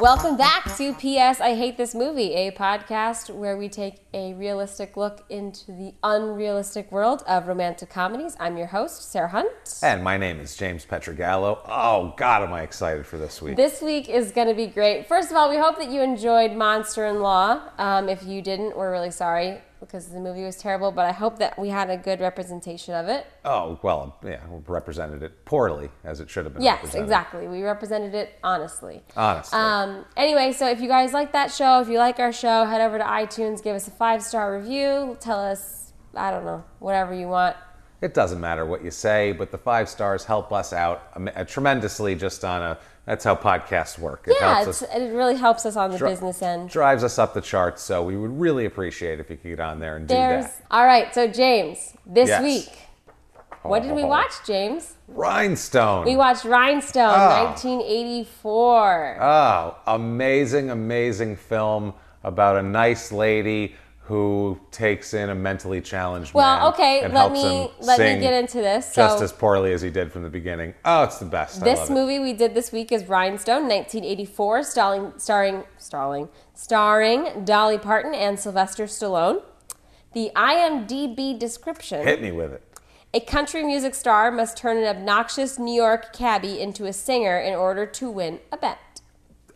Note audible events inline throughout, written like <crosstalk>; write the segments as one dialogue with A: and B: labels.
A: Welcome back to PS I Hate This Movie, a podcast where we take a realistic look into the unrealistic world of romantic comedies. I'm your host, Sarah Hunt.
B: And my name is James Petragallo. Oh, God, am I excited for this week.
A: This week is going to be great. First of all, we hope that you enjoyed Monster in Law. Um, if you didn't, we're really sorry because the movie was terrible, but I hope that we had a good representation of it.
B: Oh, well, yeah, we represented it poorly, as it should have been
A: Yes,
B: represented.
A: exactly. We represented it honestly.
B: Honestly.
A: Um, anyway, so if you guys like that show, if you like our show, head over to iTunes, give us a five star review, tell us, I don't know, whatever you want.
B: it doesn't matter what you say, but the five stars help us out am- uh, tremendously just on a, that's how podcasts work. It
A: Yeah,
B: helps
A: it's,
B: us,
A: it really helps us on the
B: Dri-
A: business end.
B: drives us up the charts, so we would really appreciate if you could get on there and do
A: There's,
B: that.
A: all right, so James, this
B: Yes. Oh,
A: week, what did we watch, James?
B: Rhinestone.
A: We watched Rhinestone,
B: Oh.
A: 1984.
B: Oh, amazing, amazing film about a nice lady who takes in a mentally challenged man.
A: well, okay,
B: and
A: let
B: helps
A: me
B: him
A: let
B: sing
A: me get into this.
B: just
A: so
B: as poorly as he did from the beginning. Oh, it's the best. I
A: This
B: love it.
A: movie we did this week is Rhinestone, 1984, starring, starring, starring, starring Dolly Parton and Sylvester Stallone. The IMDb description:
B: hit me with it.
A: A country music star must turn an obnoxious New York cabbie into a singer in order to win a bet.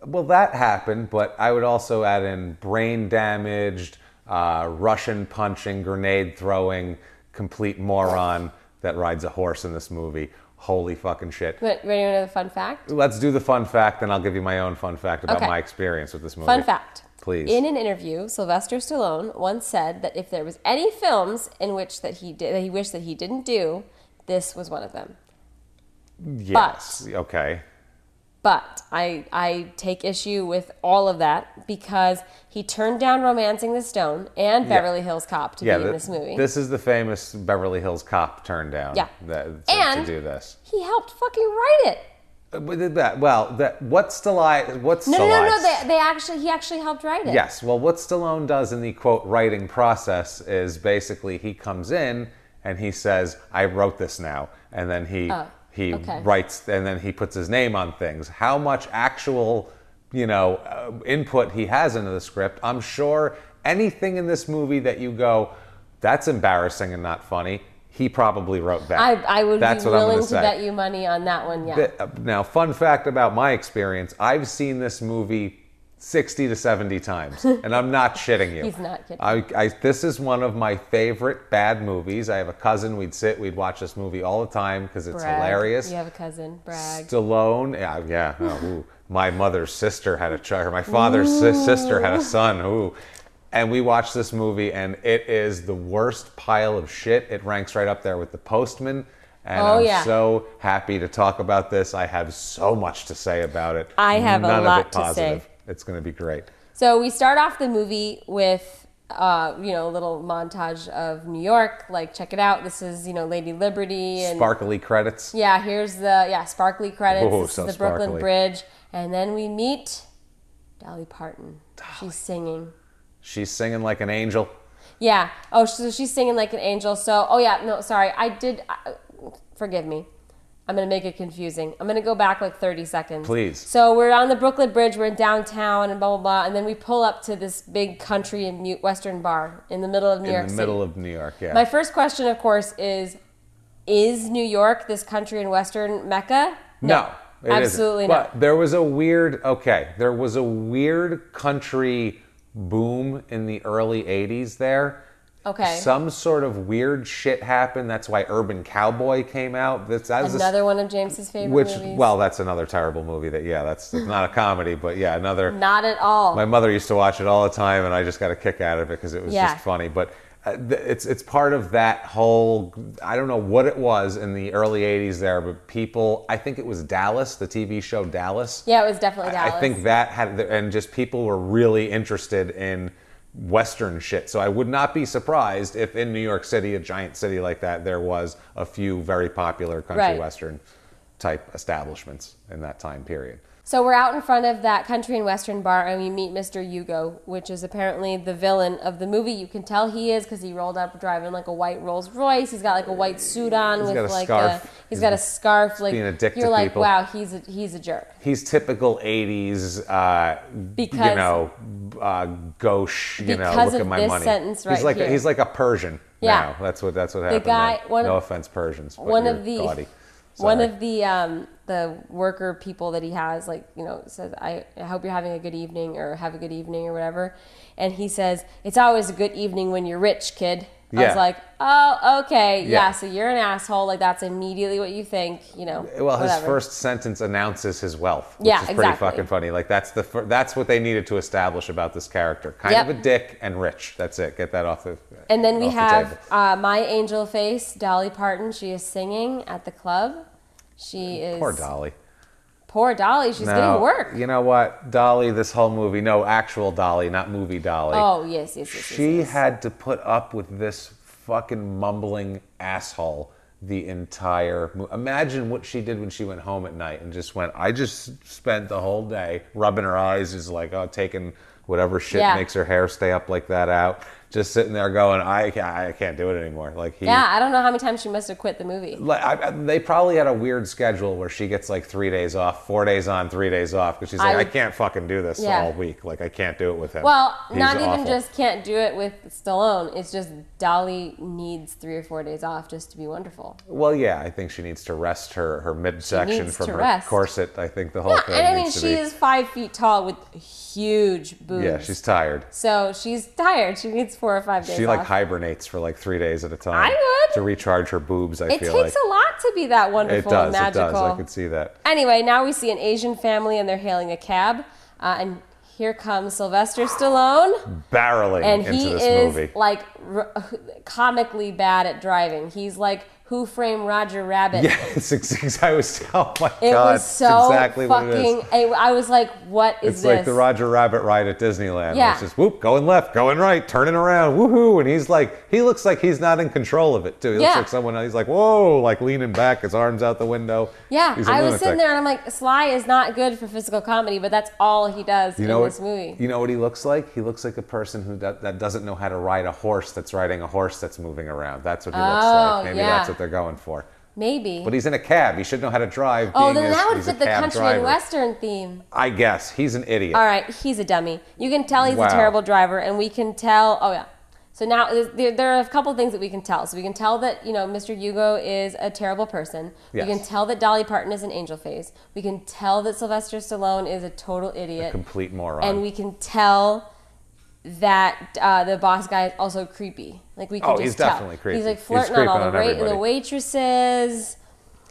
B: Well, that happened, but I would also add in brain damaged, uh, Russian punching, grenade throwing, complete moron that rides a horse in this movie. Holy fucking shit.
A: Ready to know the fun fact?
B: Let's do the fun fact, then I'll give you my own fun fact about
A: Okay.
B: my experience with this movie.
A: Fun fact.
B: Please.
A: In an interview, Sylvester Stallone once said that if there was any films in which that he did that he wished that he didn't do, this was one of them.
B: yes. Okay.
A: But I, I take issue with all of that because he turned down Romancing the Stone and Beverly Hills Cop to be in
B: th-
A: this movie.
B: This is the famous Beverly Hills Cop turn down.
A: Yeah.
B: That, to,
A: And-
B: to do this.
A: he helped fucking write it.
B: Uh, but th- that- well, that what's Stallone? What's
A: No, no,
B: Stallone?
A: no, no. They, they actually, he actually helped write it.
B: Yes. Well, what Stallone does in the quote writing process is basically he comes in and he says, "I wrote this now," and then he he
A: Oh, okay.
B: writes and then he puts his name on things. How much actual you know uh, input he has into the script? I'm sure anything in this movie that you go, that's embarrassing and not funny. He probably wrote that.
A: I, I would
B: That's
A: be
B: what I'm gonna
A: willing to
B: say.
A: bet you money on that one. Yeah.
B: Th- uh, Now, fun fact about my experience: I've seen this movie sixty to
A: <laughs>
B: seventy times, and I'm not shitting you.
A: He's not kidding.
B: I, I, this is one of my favorite bad movies. I have a cousin. We'd sit, we'd watch this movie all the time because it's
A: Brag.
B: hilarious.
A: You have a cousin, brag.
B: Stallone. Yeah, yeah.
A: <laughs>
B: oh, ooh. My mother's sister had a child. My father's sis- sister had a son. Ooh. And we watched this movie, and it is the worst pile of shit. It ranks right up there with The Postman. And
A: Oh,
B: I'm
A: yeah.
B: so happy to talk about this. I have so much to say about it.
A: I have a
B: None
A: lot
B: of it
A: to say.
B: positive. It's going to be great.
A: So we start off the movie with, uh, you know, a little montage of New York. Like, check it out. This is, you know, Lady Liberty and
B: Sparkly credits.
A: Yeah, here's the yeah sparkly credits.
B: Oh,
A: this
B: so
A: is the Brooklyn
B: sparkly.
A: Bridge, and then we meet Dolly Parton. She's singing.
B: She's singing like an angel.
A: Yeah. Oh, so she's singing like an angel. So, oh yeah, no, sorry, I did. I, forgive me. I'm gonna make it confusing. I'm gonna go back like 30 seconds.
B: Please.
A: So we're on the Brooklyn Bridge. We're in downtown and blah blah blah, and then we pull up to this big country and mute Western bar in the middle of New
B: In
A: York
B: the
A: City.
B: middle of New York, yeah.
A: My first question, of course, is: Is New York this country and Western mecca?
B: No, it isn't.
A: absolutely not.
B: But there was a weird okay, there was a weird country boom in the early 80s there.
A: Okay.
B: Some sort of weird shit happened. That's why Urban Cowboy came out. That's that was this-
A: Another one of James's favorite
B: which,
A: movies.
B: well, that's another terrible movie. That yeah, that's it's not a comedy, but yeah, another.
A: not at all.
B: My mother used to watch it all the time, and I just got a kick out of it because it was
A: Yeah.
B: just funny. But uh, th- it's it's part of that whole. I don't know what it was in the early '80s there, but people. I think it was Dallas, the TV show Dallas.
A: yeah, it was definitely
B: I-
A: Dallas.
B: I think that had, the- and just people were really interested in Western shit. So I would not be surprised if in New York City, a giant city like that, there was a few very popular country
A: Right.
B: western type establishments in that time period.
A: So we're out in front of that country and western bar, and we meet Mr. Hugo, which is apparently the villain of the movie. You can tell he is because he rolled up driving like a white Rolls Royce. He's got like a white suit on with
B: got a
A: like
B: scarf.
A: a he's got a
B: He's
A: scarf. Like
B: being a dick
A: you're
B: to
A: like,
B: people.
A: wow, he's a, he's a jerk.
B: He's typical '80s, uh,
A: Because-
B: you know, uh, gauche. You know,
A: Because
B: look
A: of
B: at my
A: this
B: money.
A: sentence right
B: he's like
A: here.
B: he's like a Persian.
A: Yeah.
B: now. that's what that's what happened.
A: guy-
B: now.
A: one of-
B: no offense, Persians. But
A: one
B: you're
A: of the
B: gaudy.
A: one
B: Sorry.
A: of the um, the worker people that he has like you know says I, I hope you're having a good evening or have a good evening or whatever and he says it's always a good evening when you're rich kid i
B: Yeah.
A: was like oh okay yeah.
B: Yeah.
A: so you're an asshole like that's immediately what you think you know
B: Well, his
A: whatever.
B: first sentence announces his wealth, which
A: Yeah,
B: is pretty
A: exactly.
B: fucking funny. Like that's the fir- that's what they needed to establish about this character. Kind
A: Yep.
B: of a dick and rich. That's it. Get that off the.
A: and then we
B: off the
A: have
B: table.
A: uh, my angel face dolly parton she is singing at the club she is
B: poor Dolly.
A: poor dolly she's getting work
B: You know what, Dolly? This whole movie, no actual Dolly, not movie Dolly.
A: oh yes yes yes, yes
B: she
A: yes.
B: had to put up with this fucking mumbling asshole the entire mo- imagine what she did when she went home at night and just went i just spent the whole day rubbing her eyes just like oh taking whatever shit
A: Yeah.
B: makes her hair stay up like that out just sitting there going i can't, I can't do it anymore like he
A: yeah i don't know how many times she must have quit the movie
B: like I, I- they probably had a weird schedule where she gets like three days off, four days on, three days off because she's like, I,
A: would-
B: can't fucking do this
A: Yeah.
B: all week. Like I can't do it with him.
A: Well,
B: He's
A: not even
B: awful."
A: just can't do it with Stallone. It's just Dolly needs three or four days off just to be wonderful.
B: Well, yeah, I think she needs to rest her her midsection
A: needs
B: from
A: to
B: her
A: rest.
B: corset. I think the whole
A: Yeah,
B: thing.
A: and I mean,
B: needs to
A: she
B: be,
A: is five feet tall with huge boobs.
B: Yeah, she's tired.
A: so she's tired. She needs four or five days
B: She like
A: off.
B: hibernates for like three days at a time.
A: I would.
B: to recharge her boobs. I
A: it takes
B: feel like
A: a lot to be that
B: it
A: wonderful
B: does.
A: and
B: It
A: magical.
B: does. I could see that.
A: Anyway, now we see an Asian family and they're hailing a cab. Uh, and here comes Sylvester Stallone.
B: Barreling
A: and
B: Mm-hmm. into
A: he
B: this
A: is
B: movie. <laughs>
A: like r- comically bad at driving. He's like Who Framed Roger Rabbit?
B: <laughs> yeah, it's, it's, I was. <laughs> Oh my
A: It
B: god!
A: was
B: it's
A: so
B: exactly
A: fucking.
B: what it is.
A: I, I was like, "What is
B: It's
A: this?"
B: like the Roger Rabbit ride at Disneyland.
A: Yeah.
B: Yeah. It's just whoop, going left, going right, turning around, woohoo. And he's like, he looks like he's not in control of it, too. He
A: Yeah.
B: looks like someone else. He's like, whoa, like leaning back, his arms out the window.
A: yeah,
B: He's a
A: I was
B: lunatic.
A: sitting there and I'm like, "Sly is not good for physical comedy, but that's all he does
B: You
A: in
B: know,
A: this
B: what,
A: movie."
B: you know what he looks like? He looks like a person who do- that doesn't know how to ride a horse that's riding a horse that's moving around. That's what he looks
A: Oh,
B: like. Maybe
A: yeah.
B: that's what they're going for.
A: Maybe.
B: But he's in a cab. He should know how to drive.
A: oh,
B: being
A: then
B: this-
A: that would
B: he's a
A: fit the
B: cab
A: country
B: driver.
A: and western theme.
B: I guess. He's an idiot.
A: All right, he's a dummy. You can tell he's a
B: Wow.
A: terrible driver, and we can tell. Oh yeah. So now there's- there, there are a couple things that we can tell. So we can tell that you know Mr. Hugo is a terrible person.
B: Yes.
A: We can tell that Dolly Parton is an angel face. We can tell that Sylvester Stallone is a total idiot.
B: Complete moron.
A: and we can tell that uh, the boss guy is also creepy. Like we can
B: Oh,
A: just
B: he's
A: tell.
B: definitely creepy.
A: He's like
B: He's
A: flirting on
B: creeping
A: all
B: on
A: the, wait-
B: everybody.
A: the waitresses,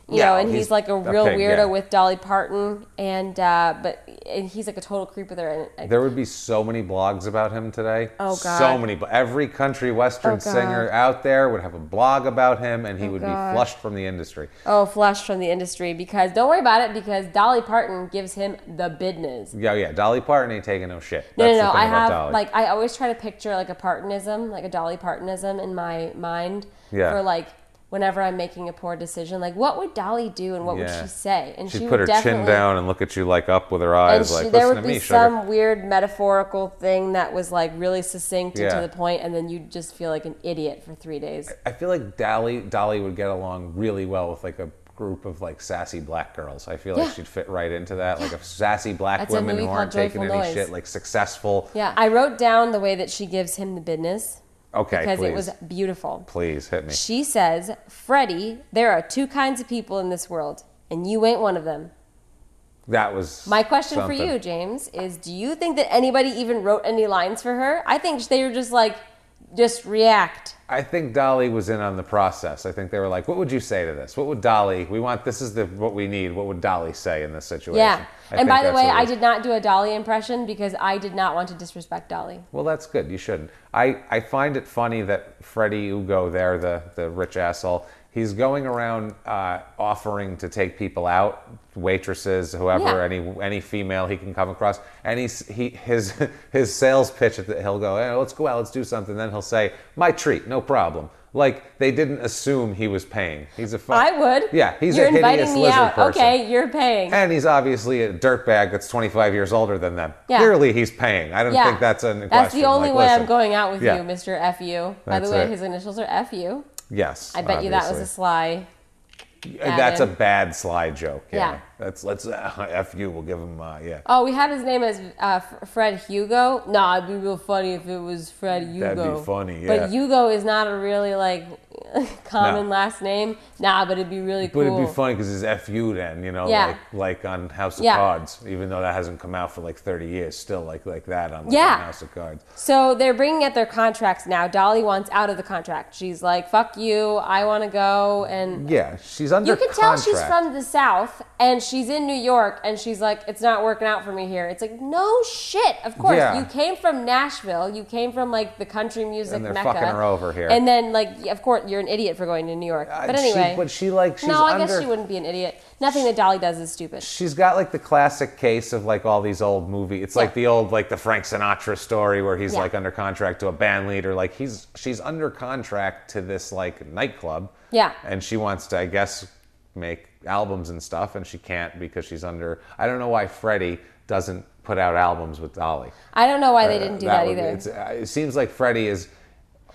A: you
B: Yeah,
A: know, and he's,
B: he's
A: like a real
B: a pig,
A: weirdo
B: yeah.
A: with Dolly Parton, and uh, but and he's like a total creep with her. And,
B: There would be so many blogs about him today.
A: Oh,
B: So
A: God.
B: many. Every country western
A: Oh, God. Oh,
B: singer out there would have a blog about him, and he would
A: God.
B: be flushed from the industry.
A: oh, flush from the industry because don't worry about it because Dolly Parton gives him the business.
B: Yeah, yeah. Dolly Parton ain't taking no shit.
A: No,
B: That's
A: no, no.
B: the thing
A: I
B: about
A: have
B: Dolly.
A: like I always try to picture like a Partonism, like a Dolly Partonism in my mind
B: Yeah.
A: for like whenever I'm making a poor decision, like what would Dolly do and what would
B: Yeah.
A: she say? And
B: she'd
A: would
B: put her chin
A: definitely-
B: down and look at you like up with her
A: And
B: eyes,
A: she,
B: like
A: there
B: listen
A: would
B: to
A: be
B: me, sugar.
A: some weird metaphorical thing that was like really succinct and
B: Yeah.
A: to the point, and then you'd just feel like an idiot for three days.
B: I feel like Dolly Dolly would get along really well with like a group of like sassy black girls. I feel like
A: Yeah.
B: she'd fit right into that. Like a sassy black
A: That's a
B: women
A: movie
B: who
A: called
B: aren't taking
A: Joyful
B: any
A: Noise.
B: shit, like successful.
A: Yeah, I wrote down the way that she gives him the business
B: Okay,
A: because
B: please.
A: it was beautiful.
B: please hit me.
A: She says, Freddie, there are two kinds of people in this world, and you ain't one of them.
B: That was
A: My question for
B: something.
A: you, James, is do you think that anybody even wrote any lines for her? I think they were just like, just react.
B: I think Dolly was in on the process. I think they were like, "What would you say to this? What would Dolly? We want this is the what we need. What would Dolly say in this situation?"
A: Yeah.
B: I
A: and
B: think
A: by the
B: that's
A: way,
B: what it
A: I
B: was.
A: did not do a Dolly impression because I did not want to disrespect Dolly.
B: Well, that's good. You shouldn't. I, I find it funny that Freddie Ugo there, the, the rich asshole, he's going around uh, offering to take people out, waitresses, whoever,
A: Yeah.
B: any any female he can come across. And he's, he his <laughs> his sales pitch, at the, he'll go, hey, let's go out, let's do something. Then he'll say, my treat, no problem. Like they didn't assume he was paying. He's a fun.
A: I would.
B: Uh, Yeah, he's
A: You're
B: a hideous
A: inviting me
B: lizard
A: out.
B: person.
A: Okay, you're paying.
B: And he's obviously a dirtbag that's 25 years older than them.
A: Yeah.
B: Clearly, he's paying. I don't
A: yeah.
B: think that's an
A: That's the only way I'm
B: going.
A: going out with
B: Yeah.
A: you, Mr. FU. By the
B: That's
A: way,
B: it.
A: his initials are FU.
B: Yes.
A: I bet you that was a
B: obviously.
A: sly.
B: Uh, That's a
A: added.
B: bad slide joke. Yeah.
A: Yeah.
B: That's let's uh, <laughs> f you. We'll give him. Uh, yeah.
A: Oh, we had his name as uh, F- Fred Hugo. Nah, it'd be real funny if it was Fred Hugo.
B: be funny, yeah.
A: But Hugo is not a really like <laughs> common
B: No.
A: last name. Nah, but it'd be really
B: But
A: cool.
B: it'd be funny because it's f you then. You know,
A: Yeah.
B: like like on House of
A: Yeah.
B: Cards. Even though that hasn't come out for like 30 years, still like like that on, like,
A: Yeah.
B: on House of Cards.
A: So they're bringing out their contracts now. Dolly wants out of the contract. She's like, "Fuck you! I want to go." And
B: Yeah, she's under.
A: you can tell she's
B: contract.
A: from the South and she's in New York, and she's like, "It's not working out for me here." It's like, no shit. Of course,
B: Yeah.
A: you came from Nashville. You came from like the country music
B: And they're
A: mecca.
B: fucking her over here.
A: And then like, of course, you're an idiot for going to New York.
B: Uh,
A: But anyway,
B: she, but she like she's
A: no, I
B: under.
A: guess she wouldn't be an idiot. Nothing that Dolly does is stupid.
B: she's got like the classic case of like all these old movie. It's like
A: Yeah.
B: the old like the Frank Sinatra story where he's
A: Yeah.
B: like under contract to a band leader. Like he's she's under contract to this like nightclub.
A: Yeah.
B: And she wants to I guess make albums and stuff, and she can't because she's under. I don't know why Freddie doesn't put out albums with Dolly.
A: I don't know why they didn't do that,
B: would-
A: either.
B: it's- uh, it seems like Freddie is.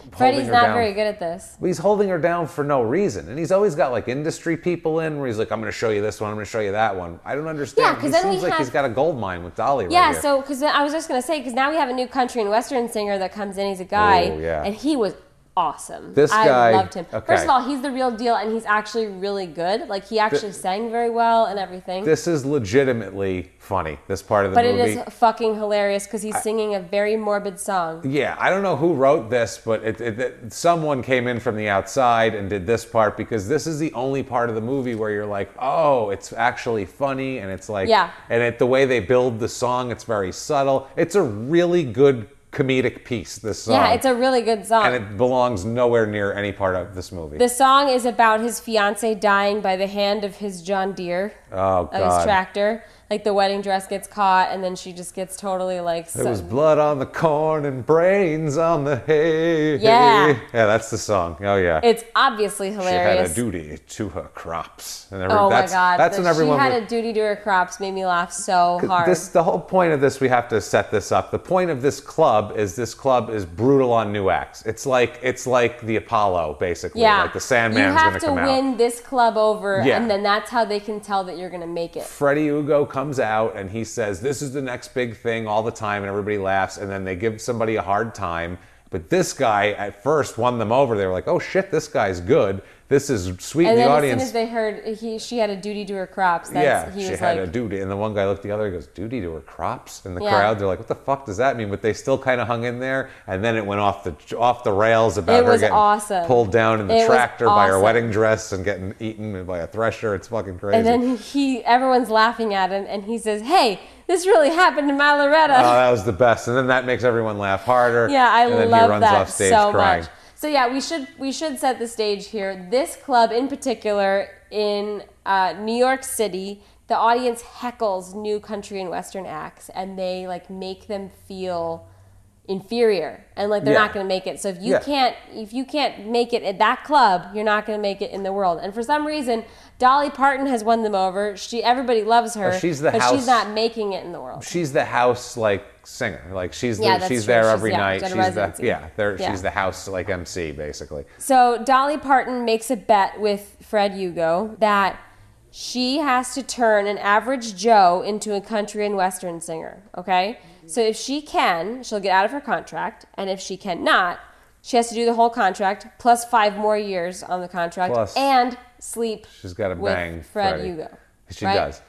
B: holding
A: Freddie's
B: her
A: not
B: down.
A: very good at this.
B: But he's holding her down for no reason. And he's always got like industry people in where he's like, I'm going to show you this one, I'm going to show you that one. I don't understand.
A: Yeah, 'cause
B: he
A: then
B: seems
A: we
B: like he's
A: have-
B: got a gold mine with Dolly right
A: Yeah,
B: here.
A: so because I was just gonna say because now we have a new country and western singer that comes in. He's a guy,
B: Oh, yeah.
A: and he was awesome.
B: This
A: I
B: guy-
A: loved him.
B: okay.
A: First of all, he's the real deal, and he's actually really good. Like he actually sang very well and everything.
B: This is legitimately funny, this part of the
A: but
B: movie.
A: it is fucking hilarious because he's singing a very morbid song.
B: Yeah, I don't know who wrote this, but it, it, it, someone came in from the outside and did this part because this is the only part of the movie where you're like, oh, it's actually funny, and it's like,
A: Yeah.
B: and it, the way they build the song, it's very subtle. It's a really good comedic piece. This song,
A: Yeah, it's a really good song.
B: and it belongs nowhere near any part of this movie.
A: the song is about his fiance dying by the hand of his John Deere,
B: oh
A: of his
B: god.
A: tractor. Like the wedding dress gets caught, and then she just gets totally like.
B: There
A: so-
B: was blood on the corn and brains on the hay.
A: Yeah.
B: Yeah, that's the song. Oh yeah.
A: it's obviously
B: she had
A: hilarious.
B: a duty to her crops. And every,
A: Oh
B: that's,
A: my god!
B: That's
A: the-
B: when everyone
A: she had
B: would-
A: a duty to her crops made me laugh so hard.
B: This, the whole point of this, we have to set this up. The point of this club is this club is brutal on new acts. It's like it's like the Apollo, basically.
A: yeah,
B: Like the Sandman's
A: You have
B: gonna
A: to
B: come out.
A: win this club over,
B: Yeah.
A: and then that's how they can tell that you're gonna make it.
B: Freddie Ugo comes out and he says, This is the next big thing all the time, and everybody laughs, and then they give somebody a hard time. But this guy at first won them over. They were like, Oh shit, this guy's good. This is sweet in
A: And
B: the
A: then
B: audience.
A: as soon as they heard he, she had a duty to her crops, that's,
B: yeah,
A: he
B: she
A: was
B: had
A: like,
B: a duty. And the one guy looked at the other and goes, Duty to her crops? And the
A: Yeah.
B: crowd, they're like, What the fuck does that mean? But they still kind of hung in there. And then it went off the off the rails about
A: It
B: her
A: was
B: getting
A: awesome.
B: pulled down in the
A: It was
B: tractor by her
A: awesome.
B: wedding dress and getting eaten by a thresher. It's fucking crazy.
A: and then he, everyone's laughing at him, and he says, "Hey, this really happened to my Loretta."
B: Oh, that was the best. And then that makes everyone laugh harder.
A: Yeah, I
B: and then
A: love
B: he runs
A: that
B: off stage
A: so
B: crying.
A: much. So yeah, we should we should set the stage here. This club in particular in uh, New York City, the audience heckles new country and western acts, and they like make them feel inferior and like they're
B: Yeah.
A: not going to make it. So if you
B: Yeah.
A: can't if you can't make it at that club, you're not going to make it in the world. And for some reason, Dolly Parton has won them over. She everybody loves her.
B: Oh, she's the
A: but
B: house-
A: she's not making it in the world.
B: She's the house like singer. Like she's
A: Yeah,
B: the,
A: that's
B: she's
A: true.
B: there
A: She's-
B: every
A: yeah,
B: night.
A: she's
B: She's
A: on
B: the
A: residency.
B: yeah, there
A: Yeah.
B: she's the house like MC basically.
A: So Dolly Parton makes a bet with Fred Hugo that she has to turn an average Joe into a country and western singer. Okay? So if she can, she'll get out of her contract, and if she cannot, she has to do the whole contract plus five more years on the contract
B: Plus-
A: and sleep
B: She's got a
A: with
B: bang.
A: Fred
B: Freddie.
A: Hugo.
B: She
A: right?
B: does.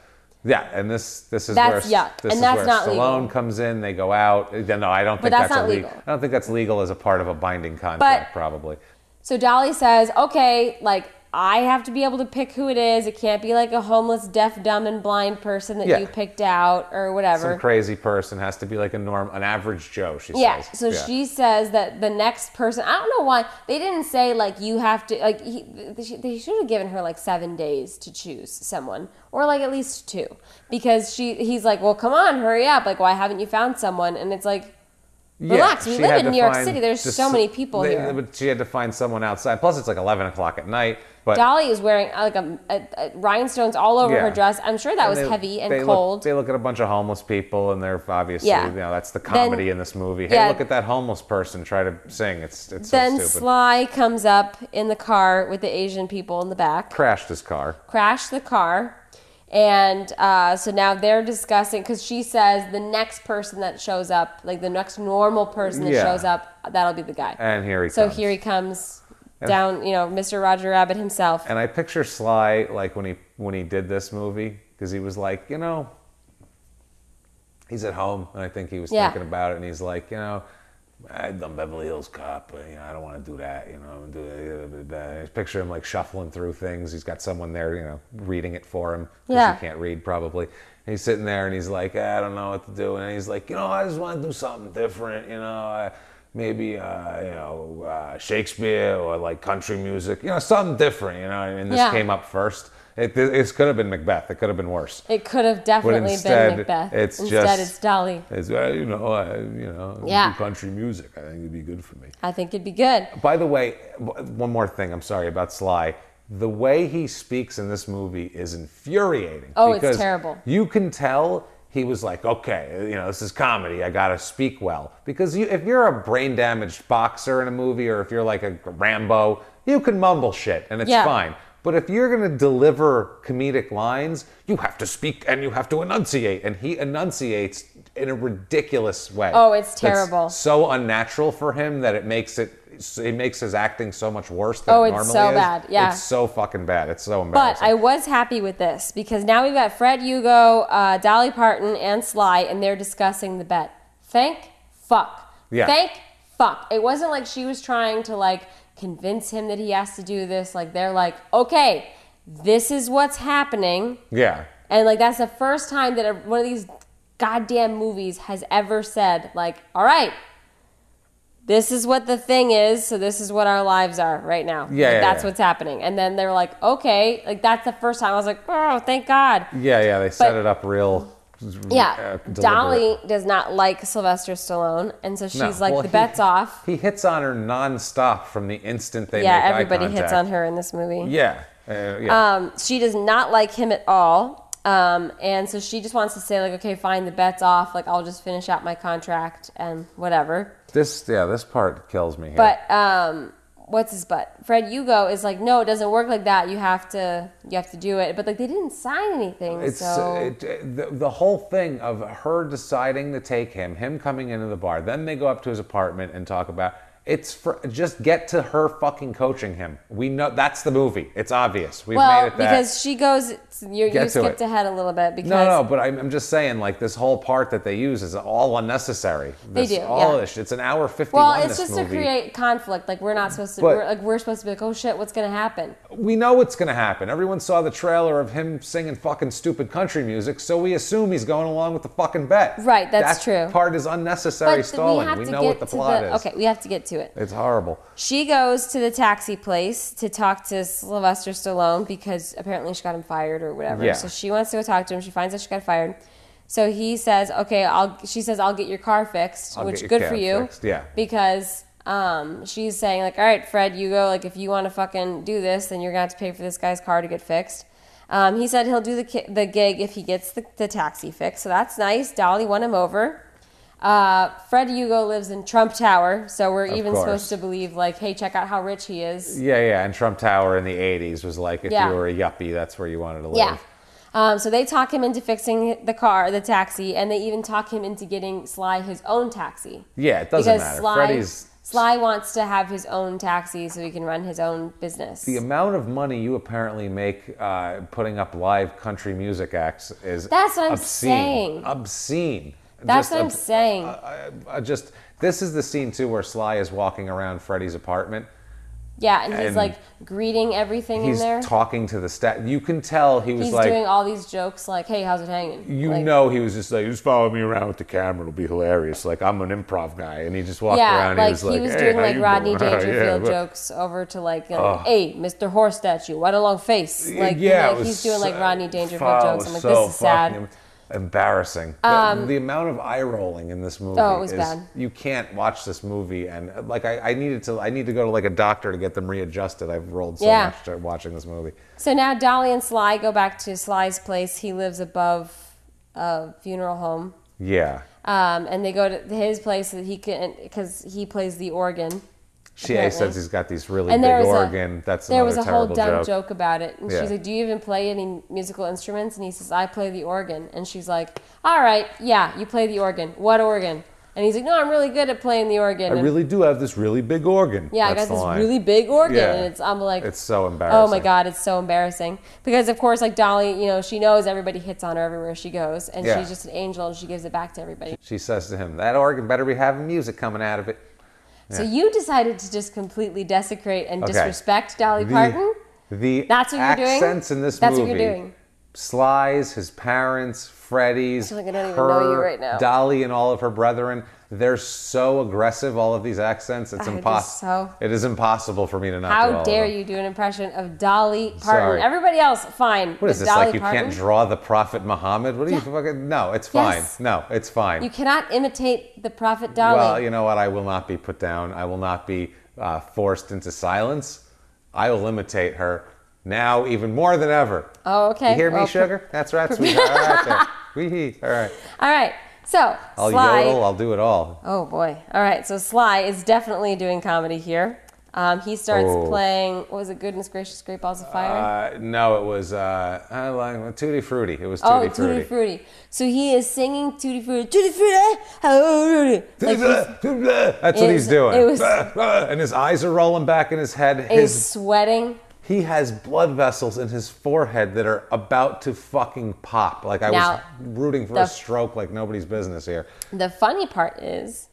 B: Yeah, and this this is
A: That's
B: where
A: yuck, and
B: this is
A: that's
B: where
A: not
B: Stallone
A: legal.
B: comes in. They go out. Uh, No, I don't think
A: that's not
B: illegal.
A: legal.
B: I don't think that's legal as a part of a binding contract,
A: But-
B: probably.
A: So Dolly says, okay, like I have to be able to pick who it is. It can't be like a homeless, deaf, dumb, and blind person that
B: Yeah.
A: you picked out or whatever.
B: Some crazy person has to be like a norm, an average Joe. She
A: yeah.
B: says.
A: So she says that the next person. I don't know why they didn't say like you have to like he, they should- they should have given her like seven days to choose someone or like at least two because she he's like, well, come on, hurry up. Like, why haven't you found someone? And it's like. relax, we
B: she
A: live
B: had
A: in
B: to
A: New York
B: find
A: City. There's
B: just
A: so many
B: so-
A: people
B: they-
A: here.
B: But she had to find someone outside. Plus, it's like 11 o'clock at night. But
A: Dolly is wearing uh, like a, a, a rhinestones all over
B: Yeah.
A: her dress. I'm sure that was
B: they-
A: heavy and
B: they look-
A: cold.
B: they look at a bunch of homeless people, and they're obviously
A: Yeah.
B: you know that's the
A: Then-
B: comedy in this movie. Hey,
A: yeah.
B: look at that homeless person try to sing. It's it's
A: then
B: so stupid.
A: Sly comes up in the car with the Asian people in the back,
B: Crashed his car.
A: crashed the car, and uh, so now they're discussing because she says the next person that shows up, like the next normal person that
B: Yeah.
A: shows up, that'll be the guy.
B: And here he
A: so
B: comes.
A: here he comes down, you know, Mr. Roger Rabbit himself.
B: And I picture Sly like when he when he did this movie because he was like, you know, he's at home, and I think he was
A: Yeah.
B: thinking about it, and he's like, you know, I've done Beverly Hills Cop, but you know, I don't want to do that. You know, I'm gonna do blah, blah, blah. I picture him like shuffling through things. He's got someone there, you know, reading it for him because
A: Yeah.
B: he can't read probably. And he's sitting there and he's like, "Eh, I don't know what to do, and he's like, you know, I just want to do something different. You know, I, maybe uh, you know uh, Shakespeare or like country music. You know, something different. You know, what I mean? this
A: Yeah.
B: came up first. It, this could have been Macbeth. It could have been worse.
A: It could have definitely
B: instead,
A: been Macbeth.
B: it's
A: instead,
B: just-
A: it's Dolly.
B: It's, uh, you know, I, you know, I
A: Yeah.
B: do country music. I think it'd be good for me.
A: I think it'd be good.
B: By the way, w- one more thing. I'm sorry about Sly. The way he speaks in this movie is infuriating.
A: Oh, it's
B: because
A: terrible.
B: You can tell he was like, okay, you know, this is comedy. I gotta speak well because you, if you're a brain damaged boxer in a movie, or if you're like a Rambo, you can mumble shit and it's
A: Yeah.
B: fine. But if you're gonna deliver comedic lines, you have to speak and you have to enunciate. And he enunciates in a ridiculous way.
A: Oh, it's
B: That's
A: terrible.
B: so unnatural for him that it makes it it makes his acting so much worse than
A: Oh,
B: it
A: it's
B: normally
A: so
B: is.
A: bad, yeah.
B: It's so fucking bad. It's so embarrassing.
A: But I was happy with this because now we've got Fred Hugo, uh, Dolly Parton, and Sly, and they're discussing the bet. Thank fuck.
B: Yeah.
A: Thank fuck. It wasn't like she was trying to like convince him that he has to do this. Like they're like, okay, this is what's happening,
B: yeah.
A: and like that's the first time that a, one of these goddamn movies has ever said like, all right. This is what the thing is, so this is what our lives are right now.
B: Yeah,
A: Like,
B: yeah,
A: that's
B: yeah.
A: what's happening. And then they're like, okay, like that's the first time I was like, oh, thank God.
B: Yeah, yeah, they set it up real
A: Yeah,
B: uh, Mm-hmm. deliberate.
A: Dolly does not like Sylvester Stallone, and so she's
B: No.
A: like,
B: Well,
A: the
B: he-
A: bet's off.
B: He hits on her nonstop from the instant <laughs> they
A: Yeah,
B: make eye
A: everybody hits
B: contact.
A: on her in this movie.
B: Yeah. Uh, yeah.
A: Um, she does not like him at all. Um, and so she just wants to say like, okay, fine, the bet's off. Like I'll just finish out my contract and whatever.
B: this yeah, this part kills me here.
A: But um, what's his butt? Fred Hugo is like, no, it doesn't work like that. You have to, you have to do it. But like they didn't sign anything,
B: It's uh,
A: so
B: it, it- the, the whole thing of her deciding to take him, him coming into the bar, then they go up to his apartment and talk about it's for, just get to her fucking coaching him. We know that's the movie. It's obvious. We've
A: well,
B: made it that.
A: because she goes, you,
B: Get
A: you
B: to
A: skipped
B: it.
A: ahead a little bit because
B: no, no, but I'm, I'm just saying, like this whole part that they use is all unnecessary.
A: They
B: This,
A: do,
B: all
A: yeah.
B: ish. It's an hour fifty-one.
A: well, it's
B: this
A: just to
B: movie.
A: create conflict. Like we're not supposed to,
B: But-
A: we're, like we're supposed to be like, oh shit, what's gonna happen?
B: we know what's going to happen. Everyone saw the trailer of him singing fucking stupid country music, so we assume he's going along with the fucking bet.
A: Right, that's
B: that
A: true.
B: part is unnecessary
A: th-
B: stalling. We, know what the
A: to
B: plot
A: the,
B: is.
A: Okay, we have to get to it.
B: It's horrible.
A: She goes to the taxi place to talk to Sylvester Stallone because apparently she got him fired or whatever.
B: Yeah.
A: So she wants to go talk to him. She finds out she got fired. So he says, "Okay, I'll." She says, "I'll get your car fixed,"
B: I'll
A: which
B: get your
A: good for
B: cab
A: you.
B: fixed, yeah.
A: Because um, she's saying like, "All right, Fred, you go. Like, if you want to fucking do this, then you're gonna have to pay for this guy's car to get fixed." Um, he said he'll do the ki- the gig if he gets the, the taxi fixed. So that's nice. Dolly won him over. Uh, Fred Hugo lives in Trump Tower, so we're even
B: course.
A: supposed to believe like, hey, check out how rich he is.
B: Yeah, yeah. And Trump Tower in the 80s was like, if
A: Yeah.
B: you were a yuppie, that's where you wanted to live.
A: Yeah. Um, so they talk him into fixing the car, the taxi, and they even talk him into getting Sly his own taxi.
B: Yeah, it doesn't
A: because
B: matter.
A: Sly
B: Freddy's
A: Sly wants to have his own taxi so he can run his own business.
B: The amount of money you apparently make uh, putting up live country music acts is
A: That's what I'm
B: obscene.
A: saying.
B: Obscene.
A: That's
B: Just
A: what I'm
B: obs-
A: saying.
B: I, I just this is the scene too where Sly is walking around Freddy's apartment.
A: yeah, and he's
B: and
A: like greeting everything in
B: He's
A: there.
B: talking to the staff. You can tell he was
A: he's
B: like,
A: doing all these jokes like, "Hey, how's it hanging?"
B: you
A: Like,
B: know, he was just like, just follow me around with the camera. It'll be hilarious. Like I'm an improv guy, and he just walked
A: Yeah,
B: around.
A: like
B: he was like, "Hey,
A: doing
B: how
A: like
B: you
A: Rodney
B: doing? <laughs>
A: Dangerfield
B: yeah,
A: jokes over to like, you know, "Hey, Mr. Horse Statue, what a long face!" Like, you know,
B: yeah, it
A: like,
B: was
A: he's doing like
B: so-
A: Rodney Dangerfield
B: fuck, it
A: jokes.
B: was
A: I'm like,
B: so
A: this is sad.
B: fucking Embarrassing. The- the, amount of eye rolling in this movie.
A: Oh, it was
B: is,
A: bad.
B: You can't watch this movie, and uh, like I, I needed to, I need to go to like a doctor to get them readjusted. I've rolled so
A: Yeah.
B: much to watching this movie.
A: So now Dolly and Sly go back to Sly's place. He lives above a funeral home,
B: Yeah,
A: um, and they go to his place that he can because he plays the organ.
B: she
A: Apparently.
B: says he's got these really
A: And
B: big
A: there was
B: organ.
A: a
B: That's
A: there was
B: another
A: a whole
B: terrible
A: dumb joke. about it, and
B: Yeah.
A: she's like, "Do you even play any musical instruments?" And he says, "I play the organ," and she's like, "All right, yeah, you play the organ. What organ?" And he's like, "No, I'm really good at playing the organ."
B: I
A: And,
B: really do have this really big organ.
A: yeah, I
B: That's
A: got
B: the
A: this
B: line.
A: really big organ,
B: Yeah.
A: and it's I'm like,
B: It's so embarrassing.
A: Oh my god, it's so embarrassing because of course, like Dolly, you know, she knows everybody hits on her everywhere she goes, and
B: Yeah.
A: she's just an angel, and she gives it back to everybody.
B: She says to him, "That organ better be having music coming out of it."
A: So you decided to just completely desecrate and
B: Okay.
A: disrespect Dolly Parton.
B: The
A: That's what you're doing?
B: accents in this
A: That's what
B: movie.
A: you're doing.
B: Sly's, his parents, Freddy's,
A: like I don't even
B: her,
A: know you right now.
B: Dolly, and all of her brethren. They're so aggressive. All of these accents. It's
A: Ah, they're just
B: impossible.
A: so-
B: It is impossible for me to not. do all
A: How
B: of
A: dare
B: them.
A: you do an impression of Dolly Parton?
B: Sorry.
A: Everybody else, fine.
B: What is
A: but
B: this
A: Dolly
B: like? You
A: Parton?
B: can't draw the Prophet Muhammad. What are you
A: Yeah.
B: fucking? No, it's fine.
A: Yes.
B: No, it's fine.
A: You cannot imitate the prophet Dolly.
B: Well, you know what? I will not be put down. I will not be uh, forced into silence. I will imitate her now even more than ever.
A: Oh, okay.
B: You hear me,
A: Well, pre-
B: sugar? That's right, sweetheart. All right, there. Wee-hee. All right.
A: <laughs> All right. So
B: I'll
A: Sly.
B: yodel. I'll do it all.
A: Oh boy. All right. So Sly is definitely doing comedy here. Um, he starts
B: Oh.
A: playing. What was it? Goodness gracious, great balls of fire.
B: Uh, no, it was uh, I like Tutti Frutti. It was Tutti
A: oh,
B: Frutti.
A: Tutti Frutti. So he is singing Tutti Frutti. Tutti Frutti. Oh, Rudy. Like he's,
B: That's
A: it
B: what he's
A: was-
B: doing.
A: it was-
B: <laughs> and his eyes are rolling back in his head. His
A: he's sweating.
B: He has blood vessels in his forehead that are about to fucking pop. Like I
A: Now,
B: was rooting for
A: the-
B: a stroke like nobody's business here.
A: The funny part is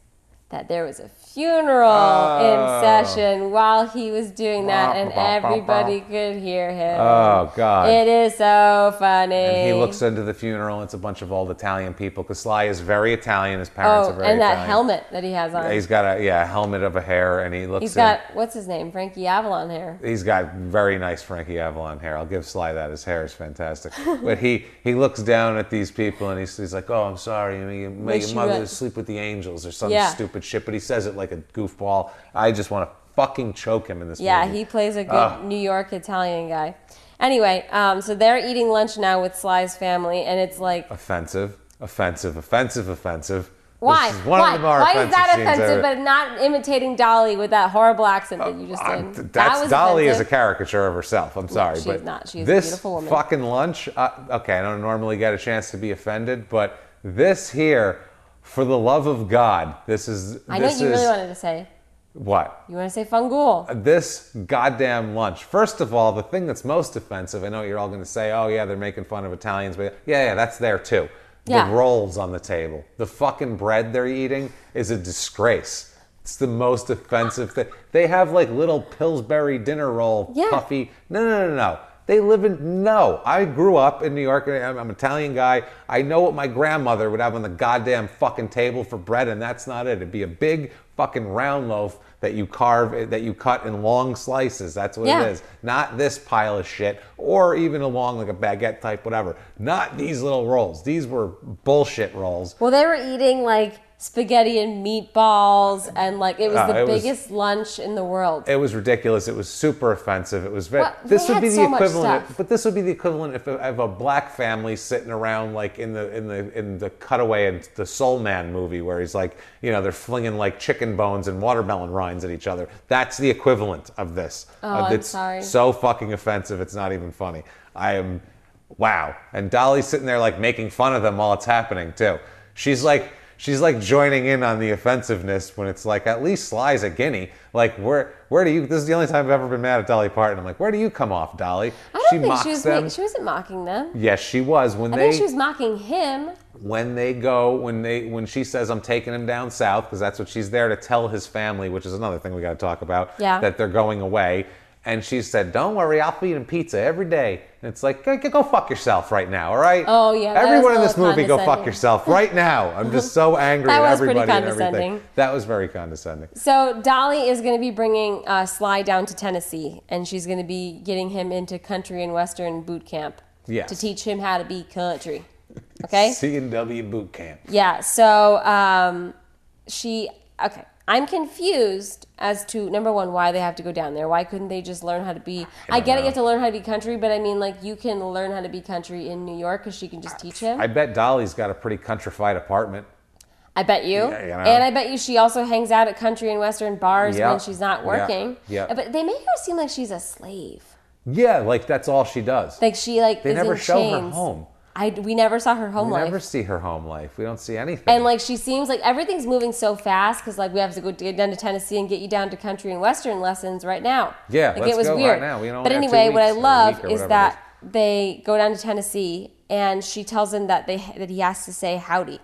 A: that there was a funeral in
B: Oh.
A: session while he was doing that,
B: Bah,
A: and
B: bah, bah, bah,
A: everybody could hear him.
B: Oh god.
A: It is so funny.
B: and he looks into the funeral. It's a bunch of old Italian people because Sly is very Italian. His
A: Oh,
B: parents are very
A: and that
B: Italian.
A: helmet that he has on.
B: He's got a yeah a helmet of a hair, and he looks.
A: He's
B: in-
A: got what's his name, Frankie Avalon hair.
B: He's got very nice Frankie Avalon hair. I'll give Sly that. His hair is fantastic. But he, he looks down at these people and he's, he's like, "Oh, I'm sorry. You know, you- may
A: Wish
B: your
A: you
B: mother
A: were-
B: sleep with the angels or some
A: Yeah.
B: stupid shit." But he says it like a goofball. I just want to fucking choke him in this
A: Yeah,
B: movie.
A: he plays a good
B: Ugh.
A: New York Italian guy. Anyway, um, so they're eating lunch now with Sly's family, and it's like,
B: offensive, offensive, offensive, offensive.
A: why?
B: This is one
A: why?
B: of the more
A: why
B: offensive
A: is that
B: scenes
A: offensive?
B: ever-
A: But not imitating Dolly with that horrible accent that you just
B: I'm-
A: did.
B: Uh, th-
A: That
B: that's
A: was
B: Dolly is a
A: offensive.
B: caricature of herself. I'm sorry,
A: she's
B: but
A: not. She is a
B: this
A: beautiful woman.
B: fucking lunch. Uh, okay, I don't normally get a chance to be offended, but this here, for the love of God, this is.
A: I know
B: this
A: you
B: is,
A: really wanted to say.
B: What?
A: You want to say fungool?
B: This goddamn lunch. First of all, the thing that's most offensive. I know you're all going to say, "Oh yeah, they're making fun of Italians," but yeah, yeah, that's there too.
A: Yeah.
B: The rolls on the table, the fucking bread they're eating is a disgrace. It's the most offensive thing. They have like little Pillsbury dinner roll,
A: Yeah.
B: puffy. No, no, no, no. They live in no. I grew up in New York. and I'm, I'm an Italian guy. I know what my grandmother would have on the goddamn fucking table for bread, and that's not it. It'd be a big fucking round loaf that you carve, eh, that you cut in long slices. That's what
A: Yeah.
B: it is. Not this pile of shit, or even along like a baguette type, whatever. Not these little rolls. These were bullshit rolls.
A: Well, they were eating like spaghetti and meatballs, and like it was
B: Ah,
A: the
B: it was-
A: biggest lunch in the world.
B: It was ridiculous. It was super offensive. It was very.
A: Well,
B: this
A: they
B: would be
A: had
B: the
A: so much
B: equivalent,
A: stuff.
B: but this would be the equivalent if of a black family sitting around like in the in the in the cutaway in the Soul Man movie, where he's like, you know, they're flinging like chicken bones and watermelon rinds at each other. That's the equivalent of this. Oh,
A: I'm sorry.
B: So fucking offensive. It's not even funny. I am, wow. And Dolly's sitting there like making fun of them while it's happening too. She's like. she's like joining in on the offensiveness when it's like at least Sly's a guinea. Like where where do you? This is the only time I've ever been mad at Dolly Parton. I'm like, where do you come off, Dolly?
A: I don't think she was. ma- She wasn't mocking them.
B: yes, she was when
A: I
B: they
A: think she was mocking him.
B: when they go when they when she says i'm taking him down south because that's what she's there to tell his family which is another thing we got to talk about
A: Yeah.
B: that they're going away and she said don't worry i'll feed him pizza every day and it's like go, go fuck yourself right now all right
A: Oh, yeah, that
B: everyone
A: was
B: in
A: a
B: this
A: little
B: movie go fuck
A: condescending. <laughs>
B: yourself right now i'm just so angry
A: That
B: at
A: was pretty
B: everybody and everything
A: condescending.
B: that was very condescending
A: So Dolly is going to be bringing uh, Sly down to Tennessee, and she's going to be getting him into country and western boot camp
B: Yes.
A: to teach him how to be country.
B: <laughs>
A: Okay.
B: c&w boot camp
A: Yeah, so um, she, okay. I'm confused as to number one, why they have to go down there. Why couldn't they just learn how to be? I,
B: don't
A: get it,
B: know.
A: you have to learn how to be country, but I mean, like, you can learn how to be country in New York because she can just teach him.
B: i
A: I,
B: bet dolly's got a pretty countrified apartment
A: bet you.
B: Yeah, you know.
A: And I bet you she also hangs out at country and Western bars
B: Yeah,
A: when she's not
B: yeah,
A: working.
B: yeah.
A: But they make her seem like she's a slave.
B: yeah like that's all she does
A: Like, she, like,
B: they
A: is
B: never
A: in
B: show
A: chains.
B: her home
A: I, we never saw her home
B: we
A: life.
B: never see her home life we don't see anything
A: And like she seems like everything's moving so fast because like we have to go get down to Tennessee and get you down to country and western lessons right now.
B: Yeah,
A: like,
B: let's
A: it was
B: go right
A: weird.
B: now. We don't
A: but
B: have two
A: anyway, what I
B: weeks or a
A: love
B: week or
A: is
B: whatever it
A: that they go down to Tennessee and she tells him that they that he has to say howdy.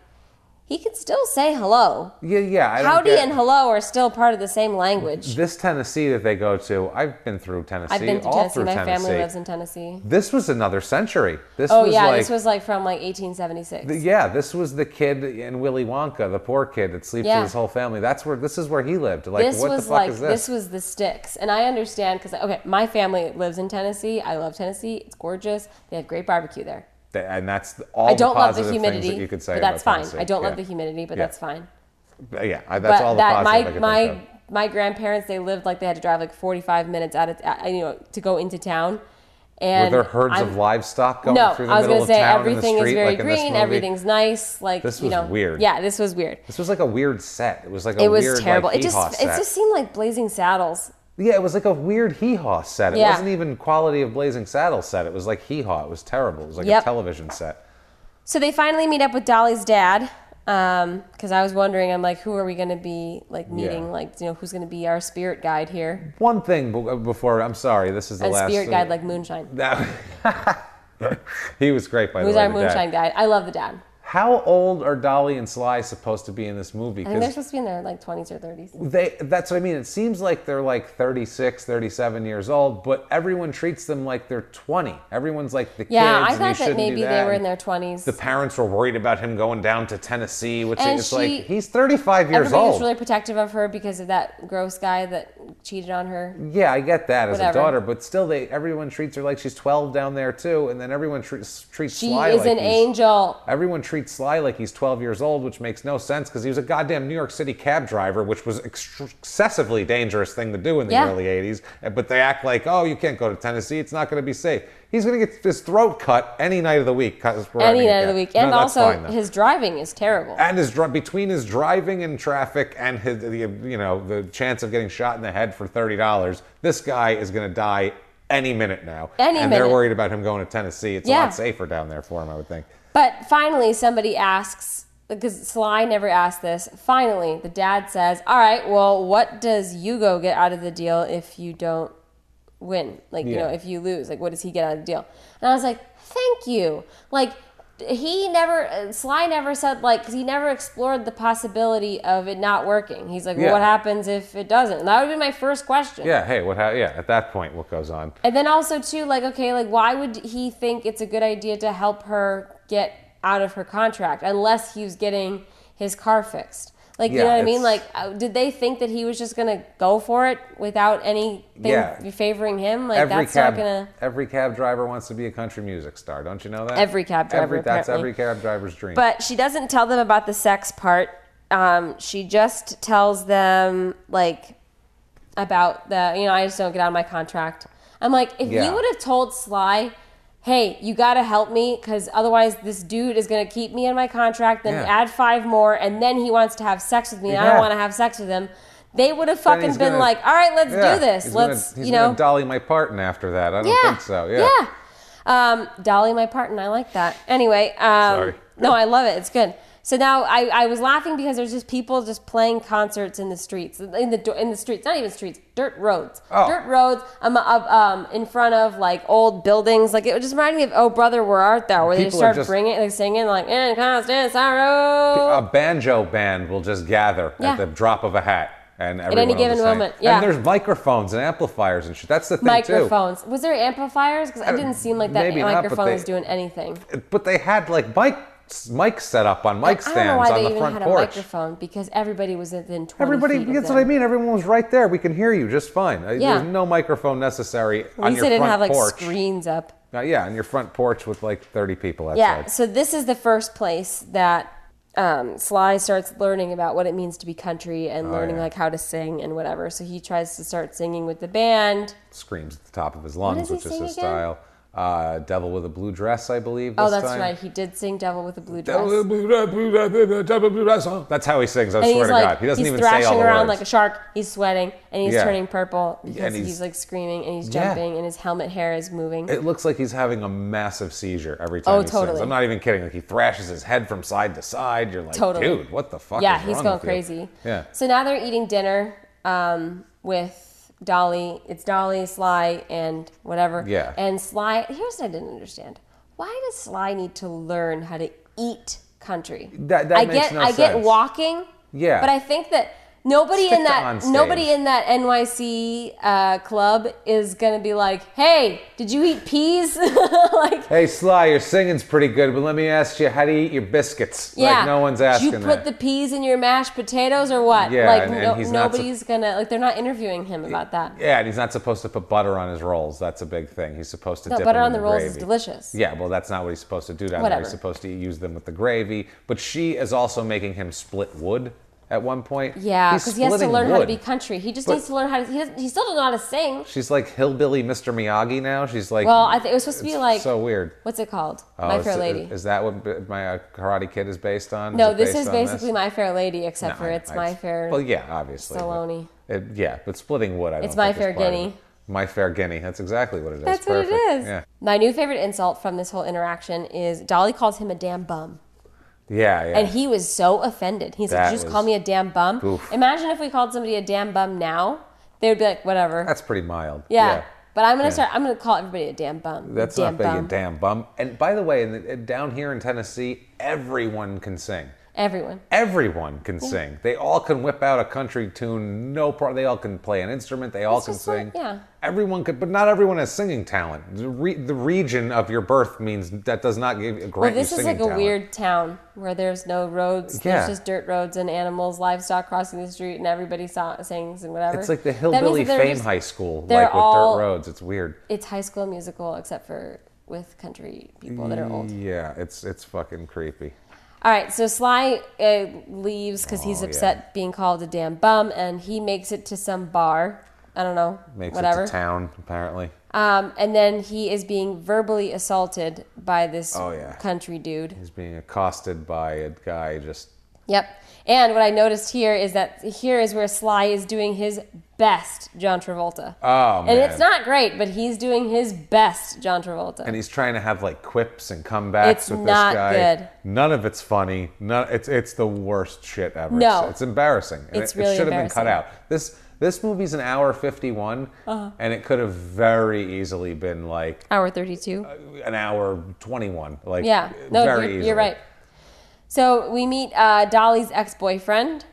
A: He can still say hello.
B: Yeah, yeah. I don't
A: Howdy
B: get-
A: and hello are still part of the same language.
B: This Tennessee that they go to, I've been through Tennessee,
A: I've been to
B: all
A: Tennessee.
B: through
A: My
B: Tennessee.
A: family lives in Tennessee.
B: this was another century. This
A: Oh
B: was
A: yeah,
B: like,
A: this was like from like 1876.
B: yeah, this was the kid in Willy Wonka, the poor kid that sleeps
A: Yeah.
B: with his whole family. That's where this is where he lived. Like,
A: this
B: what
A: was
B: the fuck
A: like
B: is this?
A: was the sticks, and I understand because okay, my family lives in Tennessee. I love Tennessee; it's gorgeous. They have great barbecue there.
B: Th- and that's all
A: I don't
B: the
A: love the
B: positive
A: humidity,
B: things that you could say.
A: but that's
B: about
A: fine.
B: Tennessee.
A: I don't
B: yeah.
A: love the humidity, but
B: Yeah.
A: that's fine.
B: Yeah, I- that's
A: but
B: all the
A: that
B: positive I
A: my
B: could
A: my
B: think of.
A: my grandparents they lived like they had to drive like forty five minutes out of uh, you know to go into town.
B: Were
A: And
B: there herds
A: I'm-
B: of livestock going
A: no,
B: through the
A: I was
B: middle
A: gonna
B: of
A: say
B: town
A: everything
B: in the
A: is
B: street,
A: very
B: like in this
A: green.
B: movie?
A: Everything's nice. Like
B: This
A: you
B: was
A: know,
B: weird.
A: Yeah, this was weird.
B: This was like a weird set. It was like a
A: It was
B: weird, like,
A: terrible. it
B: hee-haw
A: just it
B: set.
A: just seemed like Blazing Saddles.
B: Yeah, it was like a weird hee haw set. It
A: Yeah.
B: wasn't even quality of Blazing Saddle set. It was like hee haw. It was terrible. It was like
A: Yep.
B: a television set.
A: So they finally meet up with Dolly's dad. Um, 'cause because I was wondering, I'm like, who are we gonna be like meeting?
B: Yeah.
A: Like, you know, who's gonna be our spirit guide here?
B: One thing b- before, I'm sorry, this is the
A: And
B: last.
A: spirit guide like Moonshine.
B: That- <laughs> he was great by
A: Who's
B: the way.
A: our
B: the dad.
A: Moonshine guide? I love the dad.
B: How old are Dolly and Sly supposed to be in this movie?
A: I think they're
B: Because
A: supposed to be in their like 20s or 30s.
B: they that's what I mean. It seems like they're like 36, 37 years old, but everyone treats them like they're 20. Everyone's like the
A: Yeah,
B: kids.
A: I
B: and
A: thought
B: you
A: that
B: shouldn't do
A: maybe
B: that.
A: they were in their
B: The
A: 20s.
B: parents were worried about him going down to Tennessee, which
A: And
B: is
A: she-
B: like he's 35 years
A: Everybody
B: old.
A: was really protective of her because of that gross guy that cheated on her.
B: Yeah, I get that as
A: Whatever.
B: a daughter, but still, they everyone treats her like she's twelve down there too, and then everyone treats treats
A: She
B: Sly
A: is
B: like
A: an
B: he's-
A: angel.
B: Everyone treats Sly like he's twelve years old, which makes no sense because he was a goddamn New York City cab driver, which was ext- excessively dangerous thing to do in the
A: Yeah.
B: early '80s. uh, But they act like, oh, you can't go to Tennessee; it's not going to be safe. He's going to get his throat cut any night of the week. 'cause we're
A: Any
B: having a
A: night of the
B: cab.
A: week.
B: No,
A: And
B: that's
A: also,
B: fine, though
A: his driving is terrible.
B: and his dri- between his driving and traffic and his the, you know the chance of getting shot in the head for thirty dollars, this guy is going to die any minute now.
A: Any
B: and they're
A: minute.
B: worried about him going to Tennessee. It's a
A: Yeah.
B: lot safer down there for him, I would think.
A: But finally, somebody asks because Sly never asked this. Finally, the dad says, "All right, well, what does Hugo get out of the deal if you don't win? Like, you know,
B: Yeah.
A: if you lose, like, what does he get out of the deal?" And I was like, "Thank you." Like, he never uh, Sly never said like because he never explored the possibility of it not working. He's like, "Well,
B: Yeah.
A: what happens if it doesn't?" And that would be my first question.
B: Yeah. Hey, what? Ha- yeah. At that point, what goes on?
A: And then also too, like, okay, like why would he think it's a good idea to help her get out of her contract unless he was getting his car fixed? Like, you
B: Yeah,
A: know what I mean?
B: it's-
A: Like, uh, did they think that he was just gonna go for it without anything
B: Yeah.
A: favoring him? Like,
B: every
A: that's
B: cab,
A: not gonna.
B: every cab driver wants to be a country music star. Don't you know that?
A: Every cab driver,
B: Every, that's
A: apparently.
B: every cab driver's dream.
A: But she doesn't tell them about the sex part. Um, she just tells them like about the you know I just don't get out of my contract. I'm like, if
B: Yeah.
A: you would have told Sly, hey, you gotta help me because otherwise this dude is gonna keep me in my contract, then
B: Yeah.
A: add five more, and then he wants to have sex with me, and I don't
B: Yeah.
A: want to have sex with him. They would have
B: Then
A: fucking
B: he's
A: been
B: gonna-
A: like, all right, let's
B: Yeah,
A: do this.
B: He's
A: Let's
B: gonna, he's
A: you know,
B: gonna dolly my parton after that. I don't think so.
A: yeah. Um, Dolly, my partner. I like that. Anyway. Um,
B: Sorry.
A: No, I love it. It's good. So now I, I was laughing because there's just people just playing concerts in the streets, in the do- in the streets, not even streets, dirt roads,
B: Oh.
A: dirt roads. Um, uh, um, in front of like old buildings, like it just reminded me of Oh Brother Where Art Thou, where they just
B: People are
A: start
B: just- Oh,
A: bringing, like singing, like In Constant Sorrow.
B: A banjo band will just gather
A: Yeah.
B: at the drop of a hat, and everyone
A: any
B: will just
A: given
B: sing.
A: moment, yeah.
B: And there's microphones and amplifiers and shit. That's the thing
A: Microphones. Was there amplifiers? Because it didn't seem like that
B: Uh, maybe not, but
A: microphone
B: they-
A: was doing anything.
B: too. But they had like mic mics set up on mic
A: I don't know
B: stands
A: why
B: on
A: they
B: the
A: even
B: front
A: had a
B: porch.
A: microphone because everybody was within 20
B: Everybody,
A: feet of
B: that's
A: them.
B: what I mean. Everyone was right there. We can hear you just fine. Uh,
A: Yeah.
B: There's no microphone necessary
A: At
B: on
A: least
B: your
A: they didn't
B: front
A: have like
B: porch.
A: screens up.
B: Uh, yeah, on your front porch with like 30 people outside.
A: Yeah. So this is the first place that um, Sly starts learning about what it means to be country and learning
B: Oh, yeah.
A: like how to sing and whatever. So he tries to start singing with the band.
B: Screams at the top of his lungs,
A: does he
B: which is
A: sing
B: his
A: again?
B: style. Uh, Devil with a blue dress, I believe.
A: Oh,
B: this
A: that's
B: time.
A: right. He did sing "Devil with a Blue Dress."
B: Devil with a blue dress, blue dress, blue dress, devil with a blue dress. Oh, That's how he sings. I
A: and
B: swear
A: he's
B: to
A: like,
B: God, he doesn't
A: he's
B: even
A: thrashing
B: say all the
A: around
B: words.
A: like a shark. He's sweating and he's
B: Yeah.
A: turning purple because he's,
B: he's-
A: like screaming and he's
B: Yeah.
A: jumping and his helmet hair is moving.
B: It looks like he's having a massive seizure every time
A: Oh,
B: he
A: totally.
B: sings. I'm not even kidding. Like he thrashes his head from side to side. You're like,
A: Totally.
B: dude, what the fuck?
A: yeah,
B: is
A: he's
B: wrong
A: going
B: with you?"
A: crazy.
B: Yeah.
A: So now they're eating dinner um, with Dolly. It's Dolly, Sly, and whatever.
B: Yeah.
A: And Sly. Here's what I didn't understand. Why does Sly need to learn how to eat country?
B: That- that
A: I
B: makes
A: get.
B: no
A: I get
B: sense.
A: walking.
B: Yeah.
A: But I think that. Nobody in
B: Stick to
A: that
B: on
A: nobody
B: stage.
A: in that NYC uh, club is gonna be like, "Hey, did you eat peas?" <laughs> like,
B: Hey Sly, your singing's pretty good, but let me ask you, how do you eat your biscuits? Like no one's asking
A: You
B: that.
A: put the peas in your mashed potatoes or what?
B: Yeah,
A: like
B: and- and
A: no,
B: he's not su-
A: nobody's gonna like they're not interviewing him about that.
B: yeah, and he's not supposed to put butter on his rolls. That's a big thing. He's supposed to
A: No,
B: dip
A: butter
B: them
A: on
B: in
A: the rolls is
B: gravy.
A: delicious.
B: Yeah, well, that's not what he's supposed to do down there.
A: Whatever.
B: He's supposed to use them with the gravy. But she is also making him split wood at one point.
A: Yeah,
B: He's
A: because he has to
B: splitting
A: learn how to
B: wood.
A: be country. He just
B: But-
A: needs to learn how to. He, doesn't, he still doesn't know how to sing.
B: She's like hillbilly Mr. Miyagi now. She's like,
A: Well, I think it was supposed to be
B: it's
A: like-
B: so weird.
A: What's it called?
B: Oh,
A: My
B: is-
A: Fair Lady.
B: Is, that what b- my uh, Karate Kid is based on?
A: no,
B: it
A: this
B: based
A: is
B: on this?
A: basically My Fair Lady, except
B: No,
A: for
B: I-
A: it's
B: I-
A: My Fair.
B: Well, yeah, obviously. but-
A: Stallone.
B: It, yeah, but splitting wood. I don't
A: It's My
B: think is
A: Fair
B: part of
A: Guinea.
B: it. My fair guinea. That's exactly what it is.
A: That's what
B: Perfect.
A: it is.
B: Yeah.
A: My new favorite insult from this whole interaction is Dolly calls him a damn bum.
B: Yeah, yeah.
A: And he was so offended. He's like,
B: That
A: "Did you just
B: was-
A: call me a damn bum.
B: Oof.
A: Imagine if we called somebody a damn bum now. They would be like, whatever.
B: That's pretty mild.
A: yeah. But I'm gonna
B: Yeah.
A: start. I'm gonna call everybody a damn bum.
B: That's
A: damn
B: not big,
A: bum.
B: a damn bum. And by the way, in the, down here in Tennessee, everyone can sing.
A: Everyone.
B: Everyone can sing. They all can whip out a country tune, no problem. They all can play an instrument. They all
A: It's
B: can
A: just like-
B: sing.
A: yeah.
B: Everyone could, but not everyone has singing talent. The, re, the region of your birth means that does not give grant
A: Well, this
B: you
A: is
B: singing
A: like a
B: talent.
A: weird town where there's no roads. There's
B: Yeah.
A: just dirt roads and animals, livestock crossing the street, and everybody saw, sings and whatever.
B: It's like the
A: That means
B: hillbilly
A: that they're
B: fame
A: just-
B: high school,
A: they're
B: like with
A: all-
B: dirt roads. It's weird.
A: It's High School Musical, except for with country people that are old.
B: Yeah, it's it's fucking creepy.
A: All right, so Sly uh, leaves because he's
B: Oh, yeah.
A: upset being called a damn bum, and he makes it to some bar. I don't know,
B: Makes
A: whatever.
B: it to town apparently.
A: Um, and then he is being verbally assaulted by this
B: Oh, yeah.
A: country dude.
B: He's being accosted by a guy just
A: Yep. And what I noticed here is that here is where Sly is doing his best John Travolta.
B: oh
A: and
B: man.
A: it's not great, but he's doing his best John Travolta.
B: and he's trying to have like quips and comebacks
A: It's
B: with
A: not
B: this guy.
A: good.
B: None of it's funny. None, it's it's the worst shit ever.
A: No.
B: It's, it's embarrassing. And
A: It's
B: it,
A: really
B: it should have been cut
A: embarrassing. Uh-huh.
B: out. This this movie's an hour 51 and it could have very easily been like
A: Hour 32.
B: an hour 21 like
A: yeah. No,
B: very
A: you're,
B: easily.
A: you're right. So we meet uh, Dolly's ex boyfriend.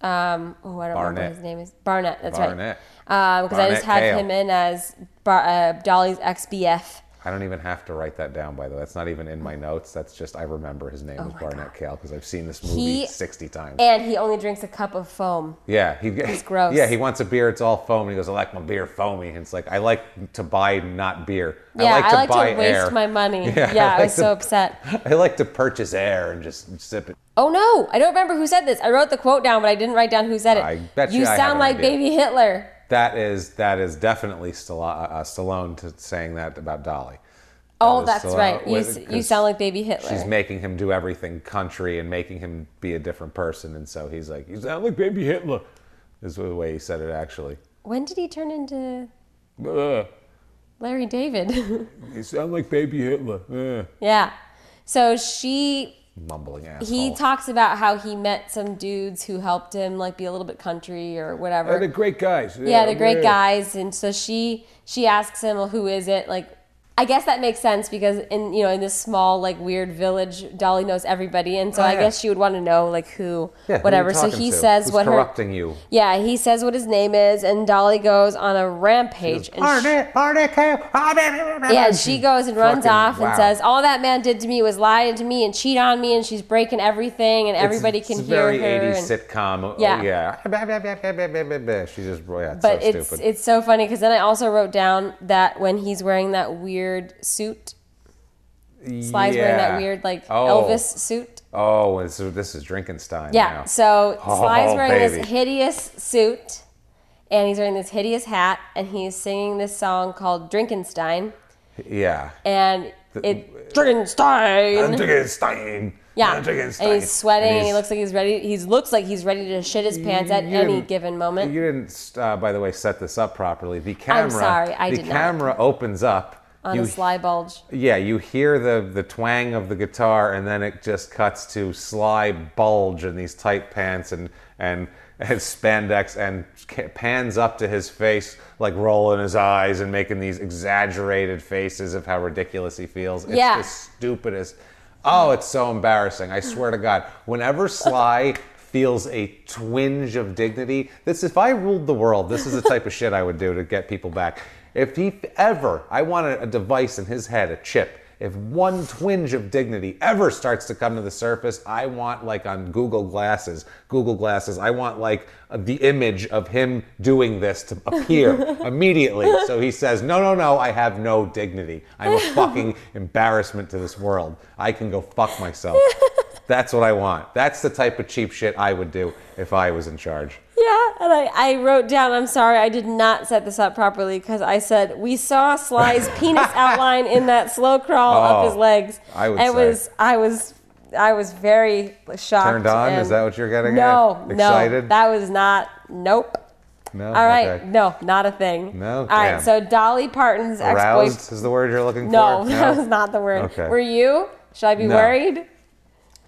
A: Um, oh, I don't remember what
B: Barnett.
A: his name is. Barnett. That's right. Uh,
B: Barnett.
A: Because I just
B: Barnett
A: have
B: Kale.
A: him in as Bar- uh, Dolly's ex BF.
B: I don't even have to write that down, by the way. That's not even in my notes. That's just I remember his name was Barnett Kale because I've seen this movie
A: Oh He-
B: 60 times.
A: And he only drinks a cup of foam.
B: yeah, he,
A: gross.
B: Yeah, he wants a beer. It's all foam. And he goes, I like my beer foamy. And it's like, I like to buy not beer.
A: yeah,
B: I like to buy
A: waste
B: air.
A: my money. Yeah,
B: Yeah,
A: I,
B: I like
A: was so
B: to-
A: upset.
B: <laughs> I like to purchase air and just sip it.
A: Oh no, I don't remember who said this. I wrote the quote down, but I didn't write down who said it.
B: I bet
A: you
B: you I have
A: sound
B: an
A: like
B: idea.
A: baby Hitler.
B: That is that is definitely Stallone, uh, Stallone to saying that about Dolly.
A: Oh,
B: was
A: that's
B: Stallone-
A: right. You,
B: was-
A: s- you sound like baby Hitler.
B: She's making him do everything country and making him be a different person. And so he's like, you sound like baby Hitler, is the way he said it actually.
A: when did he turn into
B: Ugh.
A: Larry David? <laughs>
B: You sound like baby Hitler. Ugh.
A: yeah. So she
B: mumbling asshole.
A: He talks about how he met some dudes who helped him like be a little bit country or whatever.
C: They're the great guys.
A: yeah, they're great
C: yeah.
A: guys. And so she she asks him, "Well, who is it?" Like, I guess that makes sense because in you know in this small like weird village, Dolly knows everybody, and so
B: Oh,
A: I
B: yeah.
A: guess she would want to know like who,
B: Yeah, who
A: whatever.
B: you
A: So
B: talking
A: he
B: to?
A: says
B: Who's
A: what her
B: corrupting you.
A: yeah he says what his name is, and Dolly goes on a rampage. and she-
B: Party, party, cow, party,
A: yeah, and she goes and runs
B: Fucking-
A: off and
B: wow.
A: says, "All that man did to me was lie to me and cheat on me, and she's breaking everything, and everybody
B: it's,
A: can
B: it's
A: hear
B: very
A: her."
B: 80s
A: and-
B: sitcom.
A: Yeah.
B: Yeah. yeah. <laughs> She just, yeah, it's
A: but
B: so
A: it's
B: stupid.
A: it's so funny because then I also wrote down that when he's wearing that weird suit, Sly's wearing that
B: Yeah.
A: weird like
B: Oh.
A: Elvis suit.
B: Oh, and so this is Drinkenstein.
A: Yeah.
B: Now.
A: So
B: Oh,
A: Sly's wearing
B: baby.
A: this hideous suit, and he's wearing this hideous hat, and he's singing this song called Drinkenstein,
B: yeah.
A: and it Drinkenstein.
B: Drinkenstein.
A: Yeah, and
B: And Drinkenstein.
A: he's sweating, and he
B: he's-
A: looks like he's ready. He looks like he's ready to shit his pants at
B: You
A: any
B: didn't-
A: given moment.
B: You didn't, uh, by the way, set this up properly. The camera.
A: sorry, I
B: the
A: did not.
B: camera opens up.
A: on
B: you,
A: a sly bulge.
B: Yeah, you hear the the twang of the guitar, and then it just cuts to Sly bulge in these tight pants and and, <laughs> and spandex, and ca- pans up to his face, like rolling his eyes and making these exaggerated faces of how ridiculous he feels. It's
A: Yeah.
B: the stupidest. Oh, it's so embarrassing. I swear to God. Whenever Sly feels a twinge of dignity, this if I ruled the world, this is the type of shit I would do to get people back. If he ever, I want a, a device in his head, a chip. If one twinge of dignity ever starts to come to the surface, I want like on Google Glasses, Google Glasses, I want like the image of him doing this to
A: <laughs>
B: appear immediately. So he says, No, no, no, I have no dignity. I'm a
A: <laughs>
B: fucking embarrassment to this world. I can go
A: <laughs>
B: fuck myself. That's what I want. That's the type of cheap shit I would do if I was in charge.
A: Yeah, and I, I wrote down, I'm sorry, I did not set this up properly because I said, we saw
B: <laughs>
A: Sly's penis outline in that slow crawl up
B: Oh,
A: his legs.
B: I would
A: it
B: say.
A: was, I was, I was very shocked.
B: Turned on?
A: and-
B: Is that what you're getting
A: no,
B: at?
A: No,
B: Excited?
A: that was not, nope.
B: No?
A: All right,
B: Okay.
A: no, not a thing.
B: No?
A: All right,
B: Damn.
A: so Dolly Parton's
B: Aroused
A: ex-boyfriend.
B: is the word you're looking
A: No, <laughs>
B: for?
A: that was not the word.
B: Okay.
A: Were you? Should I be
B: No.
A: worried?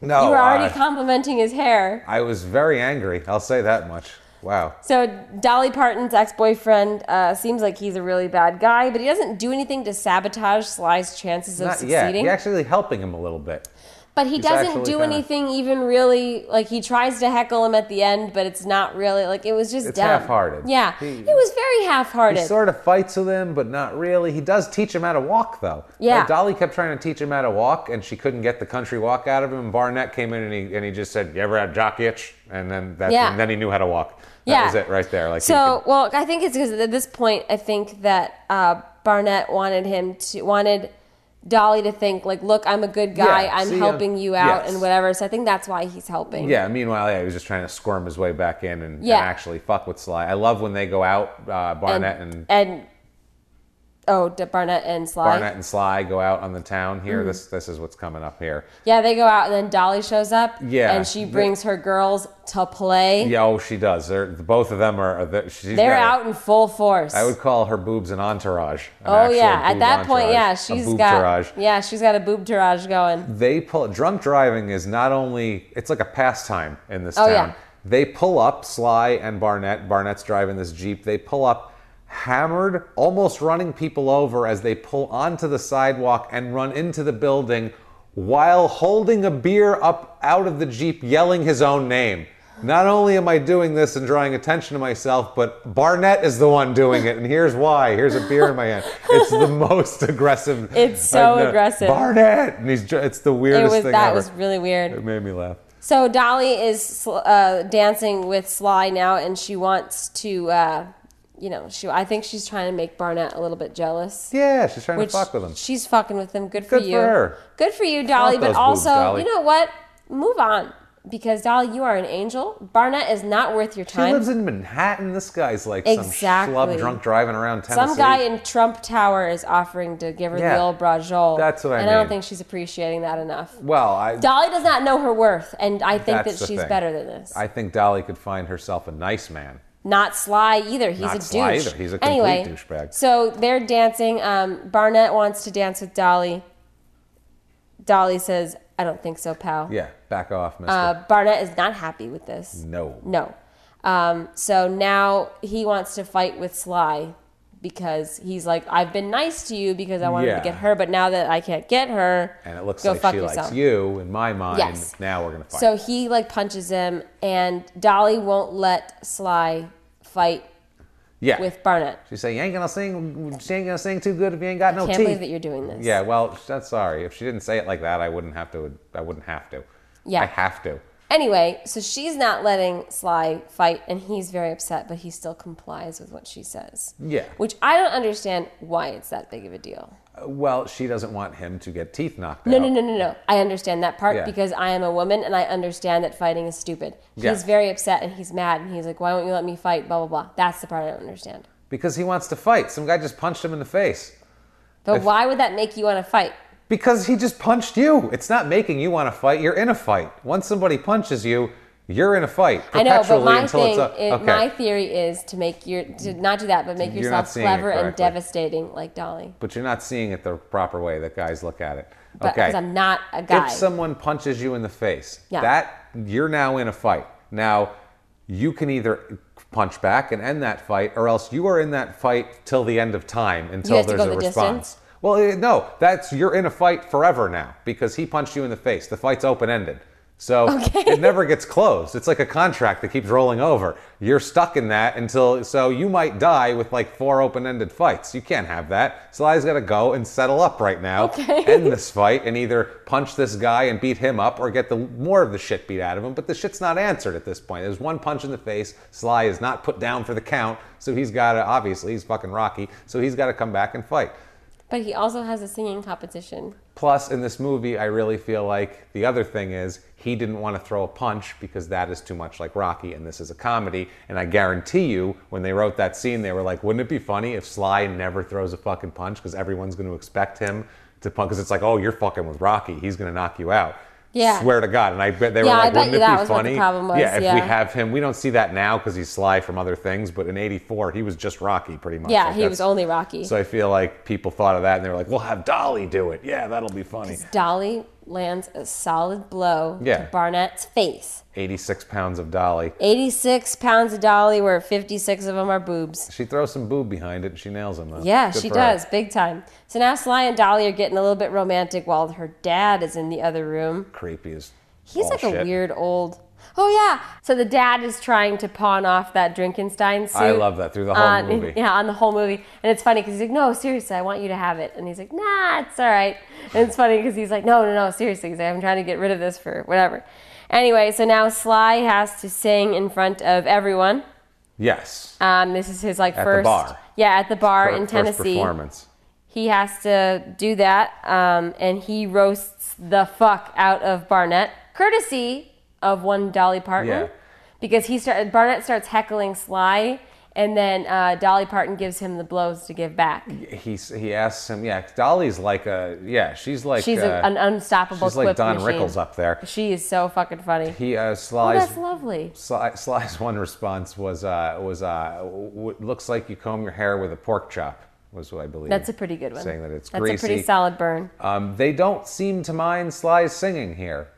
B: No,
A: you were already
B: I-
A: complimenting his hair.
B: I was very angry. I'll say that much. Wow.
A: So Dolly Parton's ex-boyfriend uh, seems like he's a really bad guy, but he doesn't do anything to sabotage Sly's chances of
B: Not yet.
A: succeeding.
B: You're actually helping him a little bit.
A: but he
B: he's
A: doesn't
B: actually
A: do
B: kinda-
A: anything even really like he tries to heckle him at the end, but it's not really like it was just
B: It's
A: dumb.
B: half-hearted.
A: Yeah,
B: He-
A: it was very half-hearted.
B: He sort of fights with him, but not really. He does teach him how to walk, though.
A: Yeah.
B: Like, Dolly kept trying to teach him how to walk, and she couldn't get the country walk out of him. And Barnett came in and he, and he just said, You ever had jock itch? And then, that,
A: Yeah.
B: and then he knew how to walk. That
A: yeah,
B: was it right there. Like he
A: so,
B: could-
A: well, I think it's because at this point, I think that uh, Barnett wanted him to wanted Dolly to think like, look, I'm a good guy,
B: Yeah,
A: I'm
B: see, uh,
A: helping you out,
B: yes.
A: and whatever. So I think that's why he's helping.
B: yeah, meanwhile, yeah, he was just trying to squirm his way back in and,
A: Yeah.
B: and actually fuck with Sly. I love when they go out, uh, Barnett and,
A: and oh, D- Barnett and Sly. Mm-hmm.
B: Barnett and Sly go out on the town here. This this is what's coming up here.
A: Yeah, they go out, and then Dolly shows up.
B: Yeah,
A: and she
B: the-
A: brings her girls to play.
B: Yeah, oh, she does. They're, both of them are. are they're she's
A: They're
B: got a-
A: out in full force.
B: I would call her boobs an entourage. an
A: oh
B: actual
A: yeah, at
B: boob
A: that point,
B: entourage,
A: yeah,
B: a
A: she's
B: boob
A: got
B: tourage.
A: yeah, she's got a boob tourage going.
B: They pull drunk driving is not only it's like a pastime in this
A: Oh,
B: town.
A: yeah.
B: They pull up Sly and Barnett. Barnett's driving this jeep. They pull up hammered, almost running people over as they pull onto the sidewalk and run into the building while holding a beer up out of the jeep yelling his own name. Not only am I doing this and drawing attention to myself, but Barnett is the one doing it, and here's why. Here's a beer in my hand.
A: <laughs>
B: It's the most aggressive.
A: It's so
B: I've never-
A: aggressive.
B: Barnett, and he's dr- it's the
A: It
B: weirdest
A: was
B: thing
A: that
B: ever.
A: was really weird.
B: It made me laugh.
A: So Dolly is sl- uh, dancing with Sly now, and she wants to, uh, you know, she. I think she's trying to make Barnett a little bit jealous.
B: Yeah, she's trying
A: Which
B: to fuck with him.
A: She's fucking with him. Good for
B: Good for
A: you.
B: her.
A: Good for you, Dolly.
B: Fuck
A: But
B: those
A: also,
B: boobs, Dolly.
A: you know what? Move on. Because Dolly, you are an angel. Barnett is not worth your
B: She
A: time.
B: lives in Manhattan. This guy's like
A: Exactly.
B: some schlub drunk driving around Tennessee.
A: Some guy in Trump Tower is offering to give her
B: Yeah.
A: the old brajol.
B: That's what I
A: And I don't
B: mean.
A: think she's appreciating that enough.
B: well, I
A: Dolly does not know her worth, and I think
B: That's
A: that
B: the
A: she's
B: thing.
A: better than this.
B: I think Dolly could find herself a nice man.
A: Not Sly either. He's
B: Not
A: a
B: Sly
A: douche.
B: either. He's a complete
A: anyway,
B: douchebag.
A: So they're dancing. Um, Barnett wants to dance with Dolly. Dolly says, I don't think so, pal.
B: Yeah, back off, mister.
A: Uh, Barnett is not happy with this.
B: no.
A: No. Um, so now he wants to fight with Sly because he's like, I've been nice to you because I wanted
B: Yeah.
A: to get her, but now that I can't get her,
B: And it looks
A: go
B: like
A: fuck
B: she
A: yourself.
B: likes you in my mind.
A: Yes.
B: Now we're going to fight.
A: So he like punches him, and Dolly won't let Sly fight
B: yeah.
A: with Barnett.
B: she said, you ain't going to sing. She ain't going to sing too good if you ain't got no
A: Can't
B: teeth.
A: believe that you're doing this.
B: Oh, Yeah, well, sh- that's sorry. If she didn't say it like that, I wouldn't have to. I wouldn't have to.
A: Yeah.
B: I have to.
A: Anyway, so she's not letting Sly fight, and he's very upset, but he still complies with what she says.
B: Yeah.
A: Which I don't understand why it's that big of a deal.
B: Uh, Well, she doesn't want him to get teeth knocked
A: No,
B: out.
A: no, no, no, no. I understand that part
B: Yeah.
A: because I am a woman and I understand that fighting is stupid.
B: Yeah.
A: He's very upset and he's mad and he's like, why won't you let me fight? Blah, blah, blah. That's the part I don't understand.
B: Because he wants to fight. Some guy just punched him in the face.
A: But
B: If-
A: why would that make you want to fight?
B: Because he just punched you. It's not making you want to fight. You're in a fight. Once somebody punches you, you're in a fight
A: I know, but
B: perpetually
A: my
B: until
A: thing,
B: it's up.
A: it-
B: okay.
A: my theory is to make your to not do that, but make
B: You're not
A: yourself
B: seeing it
A: clever and
B: correctly.
A: devastating like Dolly.
B: But you're not seeing it the proper way that guys look at it.
A: But
B: okay.
A: because I'm not a guy.
B: If someone punches you in the face,
A: Yeah.
B: that you're now in a fight. Now, you can either punch back and end that fight, or else you are in that fight till the end of time until
A: have to go
B: there's a
A: the
B: response.
A: distance?
B: Well, eh, no, that's you're in a fight forever now because he punched you in the face. The fight's open ended. So it never gets closed. It's like a contract that keeps rolling over. You're stuck in that until so you might die with like four open-ended fights. You can't have that. Sly's got to go and settle up right now, end this fight, and either punch this guy and beat him up, or get the more of the shit beat out of him. But the shit's not answered at this point. There's one punch in the face. Sly is not put down for the count, so he's got to obviously he's fucking Rocky, so he's got to come back and fight.
A: But he also has a singing competition.
B: Plus, in this movie, I really feel like the other thing is he didn't want to throw a punch because that is too much like Rocky, and this is a comedy. And I guarantee you, when they wrote that scene, they were like, wouldn't it be funny if Sly never throws a fucking punch because everyone's going to expect him to punch? Because it's like, oh, you're fucking with Rocky. He's going to knock you out.
A: Yeah.
B: Swear to God. And I bet they
A: Yeah, I
B: were like,
A: bet
B: wouldn't
A: you
B: it
A: that
B: be
A: was what the
B: funny?
A: problem was,
B: Yeah, if
A: yeah.
B: we have him, we don't see that now because he's Sly from other things, but in 84, he was just Rocky pretty much.
A: Yeah,
B: Like,
A: he was
B: that's-
A: only Rocky.
B: so I feel like people thought of that and they were like, we'll have Dolly do it. Yeah, that'll be funny.
A: Dolly lands a solid blow
B: Yeah.
A: to Barnett's face.
B: 86 pounds of Dolly.
A: 86 pounds of Dolly, where 56 of them are boobs.
B: She throws some boob behind it and she nails him, though.
A: Yeah,
B: Good
A: she
B: for her.
A: does, big time. So now Sly and Dolly are getting a little bit romantic while her dad is in the other room.
B: Creepy as.
A: He's
B: all
A: like a
B: Oh, shit.
A: weird old. Oh, yeah. So the dad is trying to pawn off that Drinkenstein suit.
B: I love that through the whole
A: on- <laughs>
B: movie.
A: Yeah, on the whole movie. And it's funny because he's like, no, seriously, I want you to have it. And he's like, nah, it's all right. And it's funny because he's like, no, no, no, seriously. He's like, I'm trying to get rid of this for whatever. Anyway, so now Sly has to sing in front of everyone.
B: Yes.
A: Um, this is his like
B: At the
A: first.
B: bar.
A: Yeah, at the bar
B: Her
A: in
B: first
A: Tennessee.
B: performance.
A: He has to do that. Um, and he roasts the fuck out of Barnett, courtesy of one Dolly Parton.
B: Yeah.
A: Because he started, Barnett starts heckling Sly, and then uh, Dolly Parton gives him the blows to give back.
B: He, he asks him, yeah, Dolly's like a, yeah, she's like
A: She's a,
B: uh,
A: an unstoppable
B: She's like
A: quip
B: Don
A: machine.
B: Rickles up there.
A: She is so fucking funny.
B: He, uh,
A: Oh,
B: Sly's,
A: that's lovely.
B: Sly, Sly's one response was, uh, was uh, w- looks like you comb your hair with a pork chop, was what I believe.
A: That's a pretty good one.
B: Saying that it's
A: That's
B: greasy.
A: a pretty solid burn.
B: Um, they don't seem to mind Sly's singing here.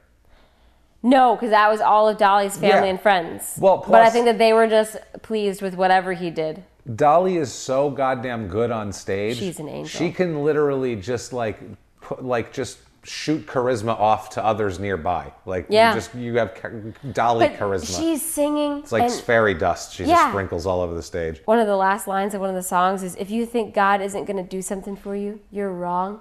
A: No, because that was all of Dolly's family
B: Yeah.
A: and friends.
B: Well,
A: but I
B: plus-
A: think that they were just pleased with whatever he did.
B: Dolly is so goddamn good on stage.
A: She's an angel.
B: She can literally just like, put, like just shoot charisma off to others nearby. Like
A: Yeah.
B: you just you have cha- Dolly
A: But
B: charisma.
A: She's singing.
B: it's like
A: and
B: fairy dust. She
A: Yeah.
B: just sprinkles all over the stage.
A: one of the last lines of one of the songs is, "If you think God isn't going to do something for you, you're wrong."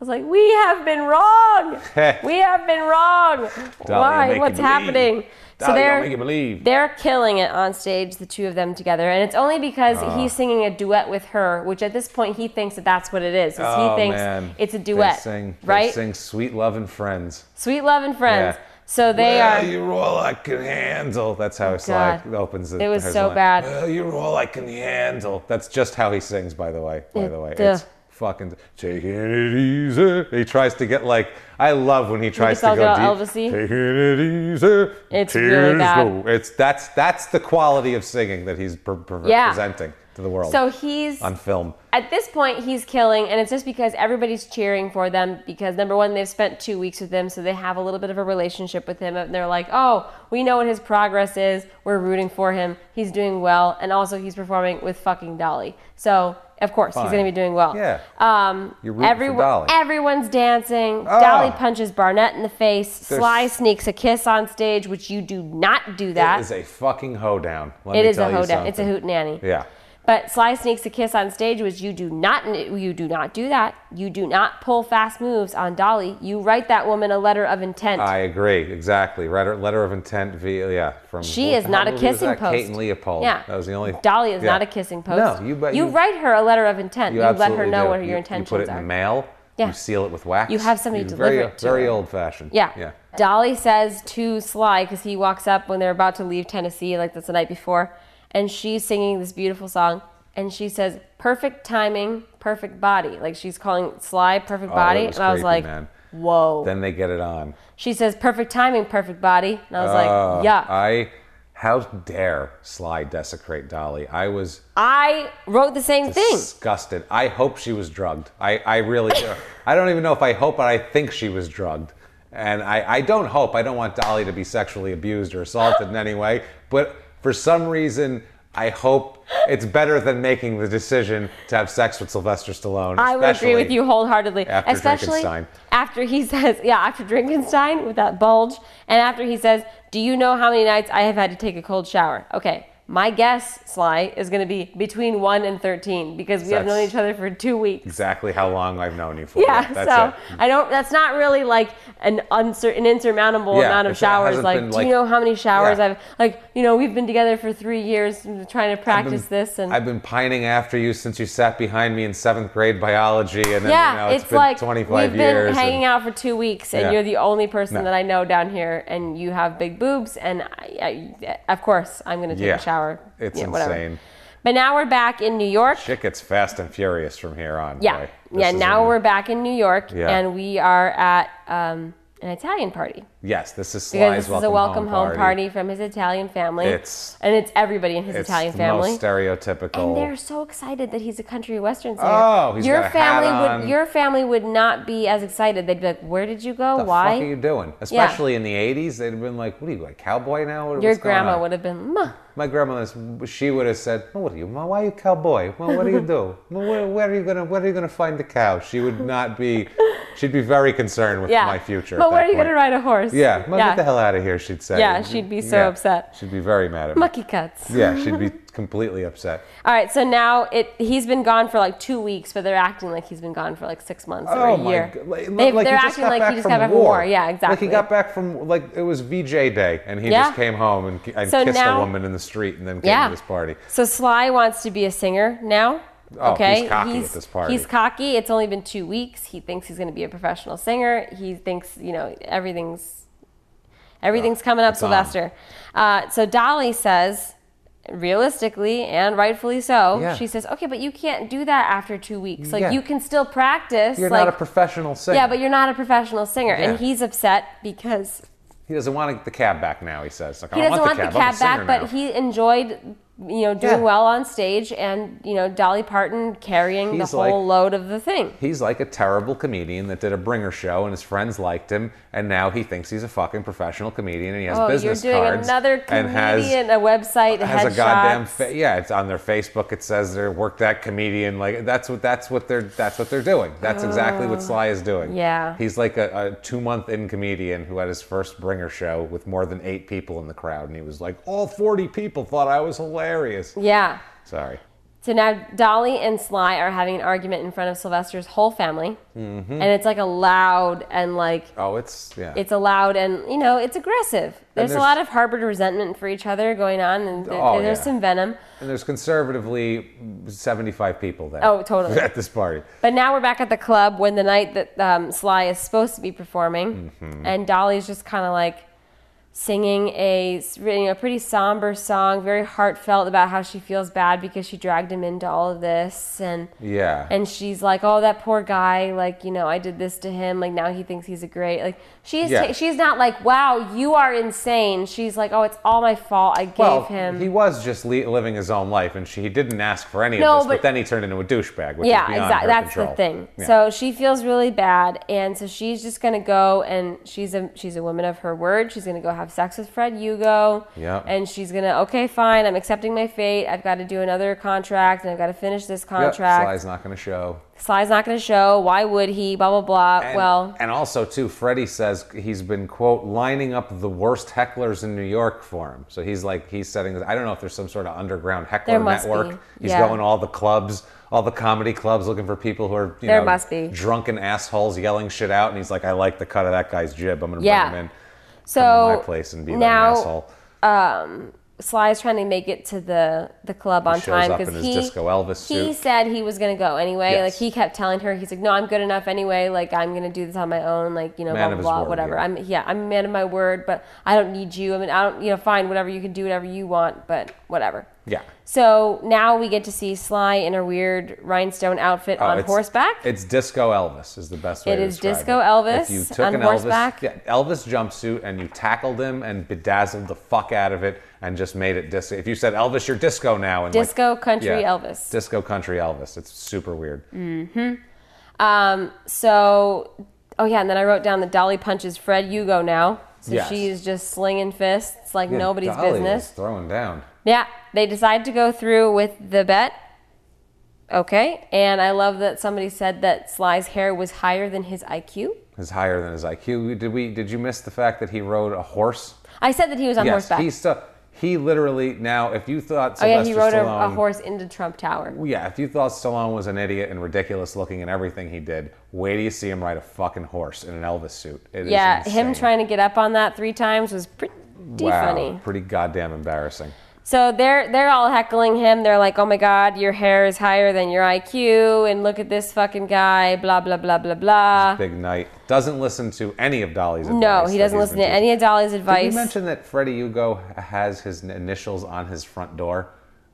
A: I was like, "We have been
B: <laughs>
A: wrong. we have been wrong.
B: Dolly,
A: Why?
B: make you
A: What's
B: believe.
A: happening?"
B: Dolly, don't
A: they're
B: make you believe.
A: they're killing it on stage, the two of them together, and it's only because
B: Ah.
A: he's singing a duet with her, which at this point he thinks that that's what it is. is
B: oh
A: he thinks
B: man,
A: it's a duet,
B: They sing, they
A: right?
B: sing "Sweet Love and Friends."
A: Sweet love and friends.
B: Yeah.
A: So they
B: well,
A: are.
B: You're all I can handle. That's how Sly
A: God.
B: opens it.
A: It was so bad.
B: Well, you're all I can handle. That's just how he sings, by the way. By the way,
A: It-
B: it's fucking taking it easy. He tries to get like I love when he tries
A: it's
B: to
A: all
B: go
A: about
B: deep.
A: Elvis-y.
B: Taking it easy.
A: It's
B: Tears
A: really bad.
B: go- It's that's that's the quality of singing that he's pre- pre-
A: Yeah.
B: presenting. to the world
A: So he's
B: on film.
A: at this point he's killing, and it's just because everybody's cheering for them because number one they've spent two weeks with him, so they have a little bit of a relationship with him, and they're like, oh, we know what his progress is. We're rooting for him. He's doing well, and also he's performing with fucking Dolly. So of course he's
B: Fine.
A: going to be doing well.
B: Yeah.
A: Um,
B: You're rooting for Dolly.
A: Everyone's dancing.
B: Ah.
A: Dolly punches Barnett in the face.
B: There's-
A: Sly sneaks a kiss on stage, which you do not do that.
B: It is a fucking hoedown. Let
A: It
B: me
A: is a
B: tell you
A: hoedown. It's a
B: something.
A: hootenanny.
B: Yeah.
A: But Sly sneaks a kiss on stage, which you do not you do not do that. You do not pull fast moves on Dolly. You write that woman a letter of intent.
B: I agree. Exactly. Letter, letter of intent via, yeah. From
A: she
B: wh-
A: is
B: how
A: not a
B: movie was
A: kissing
B: that?
A: post.
B: Kate and Leopold.
A: Yeah.
B: That was the only.
A: Dolly is
B: yeah.
A: not a kissing post.
B: No, you but
A: you, write her a letter of intent. You, let her
B: absolutely
A: know
B: do.
A: what
B: You-
A: your intentions
B: You put it in
A: are.
B: the mail.
A: Yeah.
B: You seal it with wax.
A: You have somebody
B: It's
A: deliver
B: very,
A: it to
B: Very
A: her.
B: old fashioned.
A: Yeah.
B: Yeah.
A: Dolly says to Sly, because he walks up when they're about to leave Tennessee, like that's the night before, and she's singing this beautiful song, and she says, perfect timing, perfect body. Like she's calling Sly perfect
B: Oh,
A: body.
B: that was
A: and I was
B: creepy,
A: like,
B: man.
A: whoa.
B: Then they get it on.
A: she says, perfect timing, perfect body. And I was
B: Uh,
A: like, yuck.
B: I, how dare Sly desecrate Dolly? I was
A: I wrote the same thing.
B: disgusted. I hope she was drugged. I, I really, I don't even know if I hope, but I think she was drugged. And I, I don't hope, I don't want Dolly to be sexually abused or assaulted in any way, but for some reason, I hope it's better than making the decision to have sex with Sylvester Stallone.
A: I would agree with
B: especially-
A: you wholeheartedly,
B: after
A: especially
B: Drinkenstein.
A: after he <laughs> says, yeah, after Drinkenstein with that bulge, and after he says, "Do you know how many nights I have had to take a cold shower?" Okay, my guess, Sly, is going to be between one and thirteen because we have known
B: That's-
A: each other for two weeks.
B: Exactly how long I've known you for.
A: <laughs> Yeah,
B: that's
A: so
B: it.
A: I don't. That's not really like an uncer- an insurmountable
B: Yeah,
A: amount
B: it
A: of
B: hasn't
A: showers. Like,
B: been
A: do
B: like-
A: you know how many showers
B: Yeah.
A: I've like? You know, we've been together for three years mm, trying to
B: I've been-
A: practice this, and
B: I've been pining after you since you sat behind me in seventh grade biology, and then
A: yeah,
B: you know,
A: it's,
B: been
A: like
B: 25
A: we've
B: years.
A: been
B: and-
A: hanging out for two weeks, and
B: Yeah.
A: you're the only person
B: No.
A: that I know down here, and you have big boobs, and I, I, of course I'm gonna take
B: Yeah.
A: a shower.
B: It's
A: Yeah,
B: insane.
A: But now we're back in New York.
B: Shit gets fast and furious from here on.
A: yeah,
B: boy. This
A: yeah.
B: is
A: Now
B: a-
A: we're back in New York,
B: Yeah.
A: and we are at um, an Italian party
B: yes. This is
A: because
B: Sly's
A: this is
B: welcome
A: a welcome home,
B: party.
A: from his Italian family.
B: It's-
A: and it's everybody in his
B: It's
A: Italian
B: the
A: family.
B: most stereotypical.
A: And they're so excited that he's a country western singer.
B: Oh, he's
A: your
B: got a hat
A: family
B: on.
A: would your family would not be as excited. They'd be like, "Where did you go?
B: the
A: Why?"
B: fuck are you doing? Especially in the 80s, they'd have been like, "What are you, a cowboy now?" What-
A: Your
B: what's going
A: grandma
B: on?"
A: would have been, "Ma,
B: My grandmother, she would have said, "Oh, "What are you? Ma, why are you cowboy? Ma, what do you
A: <laughs>
B: do? Ma, where, where are you gonna? Where are you gonna find the cow?" She would not be. She'd be very concerned with
A: yeah,
B: my future. at
A: Ma, where
B: that
A: are you
B: point.
A: gonna ride a horse?
B: Yeah, Ma,
A: yeah,
B: get the hell out of here. She'd say.
A: Yeah, she'd be so
B: Yeah,
A: upset.
B: She'd be very mad at me.
A: mucky cuts."
B: Yeah,
A: <laughs>
B: she'd be completely upset.
A: All right, so now it he's been gone for like two weeks, but they're acting like he's been gone for like six months or
B: Oh
A: a
B: my
A: year.
B: God. Like,
A: They-
B: like
A: they're
B: he just
A: acting
B: got
A: like
B: back
A: he just
B: from
A: got back
B: war.
A: Yeah, exactly.
B: Like he got back from like it was VJ Day, and he
A: Yeah.
B: just came home and, and
A: So
B: kissed
A: now-
B: a woman in the street, and then came
A: Yeah.
B: to this party.
A: So Sly wants to be a singer now.
B: Oh,
A: okay,
B: he's cocky at this party.
A: He's cocky. It's only been two weeks. He thinks he's going to be a professional singer. He thinks you know everything's everything's coming up,
B: Oh, it's on.
A: Sylvester. Uh, so Dolly says, realistically and rightfully so,
B: Yeah.
A: she says, "Okay, but you can't do that after two weeks. Like
B: Yeah.
A: you can still practice.
B: You're
A: like,
B: not a professional singer.
A: yeah, but you're not a professional singer." And
B: Yeah.
A: he's upset because
B: he doesn't want the cab back now. He says like,
A: he
B: I don't
A: doesn't want, the
B: I'm a
A: cab back,
B: singer now.
A: but he enjoyed, you know, doing
B: Yeah.
A: well on stage, and you know, Dolly Parton carrying
B: He's
A: the whole
B: like-
A: load of the thing.
B: He's like a terrible comedian that did a bringer show and his friends liked him, and now he thinks he's a fucking professional comedian and he has
A: Oh, you're
B: business
A: doing
B: cards
A: another
B: and
A: comedian,
B: has
A: a website,
B: has
A: headshots.
B: a goddamn fa- yeah. It's on their Facebook. It says they're work that comedian. Like that's what that's what they're that's what they're doing. That's exactly what Sly is doing.
A: Yeah.
B: he's like a, a two month in comedian who had his first bringer show with more than eight people in the crowd, and he was like, all forty people thought I was hilarious.
A: yeah.
B: Sorry.
A: So now Dolly and Sly are having an argument in front of Sylvester's whole family,
B: Mm-hmm.
A: and it's like a loud and like
B: Oh, it's yeah.
A: it's a loud and you know it's aggressive. There's, a
B: there's-
A: lot of harbored resentment for each other going on, and th-
B: Oh,
A: there's
B: yeah.
A: some venom.
B: and there's conservatively seventy five people there.
A: Oh, totally.
B: <laughs> at this party.
A: But now we're back at the club
B: Mm-hmm.
A: when the night that um, Sly is supposed to be performing, and Dolly's just kind of like, singing a you know, pretty somber song, very heartfelt about how she feels bad because she dragged him into all of this and
B: Yeah.
A: and she's like, "Oh, that poor guy, like, you know, I did this to him, like now he thinks he's a great." Like she's
B: Yeah.
A: ta- she's not like, "Wow, you are insane." She's like, "Oh, it's all my fault. I gave
B: well,
A: him."
B: he was just le- living his own life, and she he didn't ask for any
A: No,
B: of this. But,
A: but-
B: then he turned into a douchebag, which
A: yeah,
B: is beyond
A: exactly.
B: her
A: That's the
B: control.
A: thing.
B: Yeah.
A: So she feels really bad, and so she's just gonna go and she's a she's a woman of her word. She's gonna go have sex with Fred Hugo.
B: Yep.
A: And she's gonna okay, fine. I'm accepting my fate. I've got to do another contract, and I've got to finish this
B: Yep,
A: contract.
B: Sly's not going to show.
A: Sly's not gonna show. Why would he? Blah blah blah.
B: And,
A: well,
B: and also too, Freddie says he's been quote lining up the worst hecklers in New York for him. So he's like he's setting. I don't know if there's some sort of underground heckler
A: There must
B: network.
A: be,
B: He's
A: yeah.
B: going to all the clubs, all the comedy clubs, looking for people who are you
A: There
B: know
A: must be.
B: drunken assholes yelling shit out. And he's like, I like the cut of that guy's jib. I'm going to
A: Yeah.
B: bring him in
A: so
B: to my place and be
A: now
B: that asshole.
A: Sly's trying to make it to the the club on
B: shows
A: time
B: up in his Disco Elvis
A: he
B: suit.
A: said he was gonna go anyway.
B: Yes.
A: Like he kept telling her, he's like, "No, I'm good enough anyway. Like I'm gonna do this on my own. Like you know,
B: Man
A: blah blah,
B: of his
A: blah
B: word,
A: whatever.
B: yeah.
A: I'm yeah, I'm a man of my word, but I don't need you. I mean, I don't you know, fine, whatever. You can do whatever you want, but whatever."
B: Yeah.
A: So now we get to see Sly in her weird rhinestone outfit on
B: Oh, it's-
A: horseback.
B: It's disco Elvis is the best way
A: It
B: to
A: is
B: describe
A: disco
B: it.
A: Elvis
B: If you took
A: on
B: an
A: horseback.
B: Elvis, yeah, Elvis jumpsuit and you tackled him and bedazzled the fuck out of it and just made it disco. If you said Elvis, you're disco now. And like-
A: Disco country
B: yeah,
A: Elvis. Mm.
B: Disco country Elvis. It's super weird.
A: Um, so, oh yeah, and then I wrote down that Dolly punches Fred Hugo now. So
B: Yes.
A: she's just slinging fists like
B: Yeah,
A: nobody's
B: Dolly was
A: business.
B: Throwing down.
A: Yeah, they decide to go through with the bet. Okay, and I love that somebody said that Sly's hair was higher than his IQ.
B: Is higher than his IQ. Did we? Did you miss the fact that he rode a horse?
A: I said that he was on
B: yes,
A: horseback.
B: he still. He literally now. If you thought
A: oh yeah,
B: Sylvester
A: he rode a,
B: Stallone,
A: a horse into Trump Tower.
B: Yeah, if you thought Stallone was an idiot and ridiculous looking and everything he did, wait till you see him ride a fucking horse in an Elvis suit. It is
A: Yeah, him
B: insane.
A: trying to get up on that three times was pretty
B: wow,
A: funny.
B: Pretty goddamn embarrassing.
A: So they're they're all heckling him. They're like, "Oh my God, your hair is higher than your IQ," and look at this fucking guy. Blah blah blah blah blah.
B: Big night. Doesn't listen to any of Dolly's advice.
A: No, he doesn't listen to any of Dolly's advice.
B: Did you mention that Freddie Hugo has his n- initials on his front door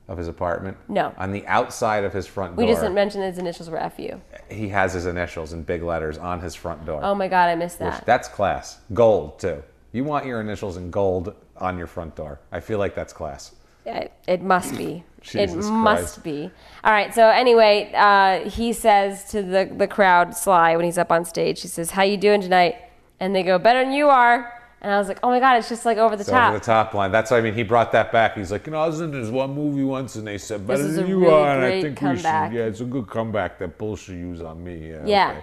B: of his apartment?
A: No.
B: On the outside of his front
A: we
B: door,
A: just didn't mention his initials were FU.
B: he has his initials in big letters on his front door.
A: Oh my God, I missed
B: Which-
A: that.
B: that's class. Gold, too. You want your initials in gold on your front door. I feel like that's class.
A: It, it must be. it
B: Jesus
A: must be. All right. So anyway, uh, he says to the the crowd, Sly, when he's up on stage, he says, "How you doing tonight?" And they go, "Better than you are." And I was like, "Oh my God, it's just like over the
B: So
A: top."
B: over the top line. That's what I mean. He brought that back. He's like, you know, I was in this one movie once, and they said better
A: is
B: than
A: a
B: you
A: really
B: are, and I
A: great
B: think
A: comeback.
B: we should. Yeah, it's a good comeback. That bullshit you use on me. Yeah.
A: Yeah.
B: okay.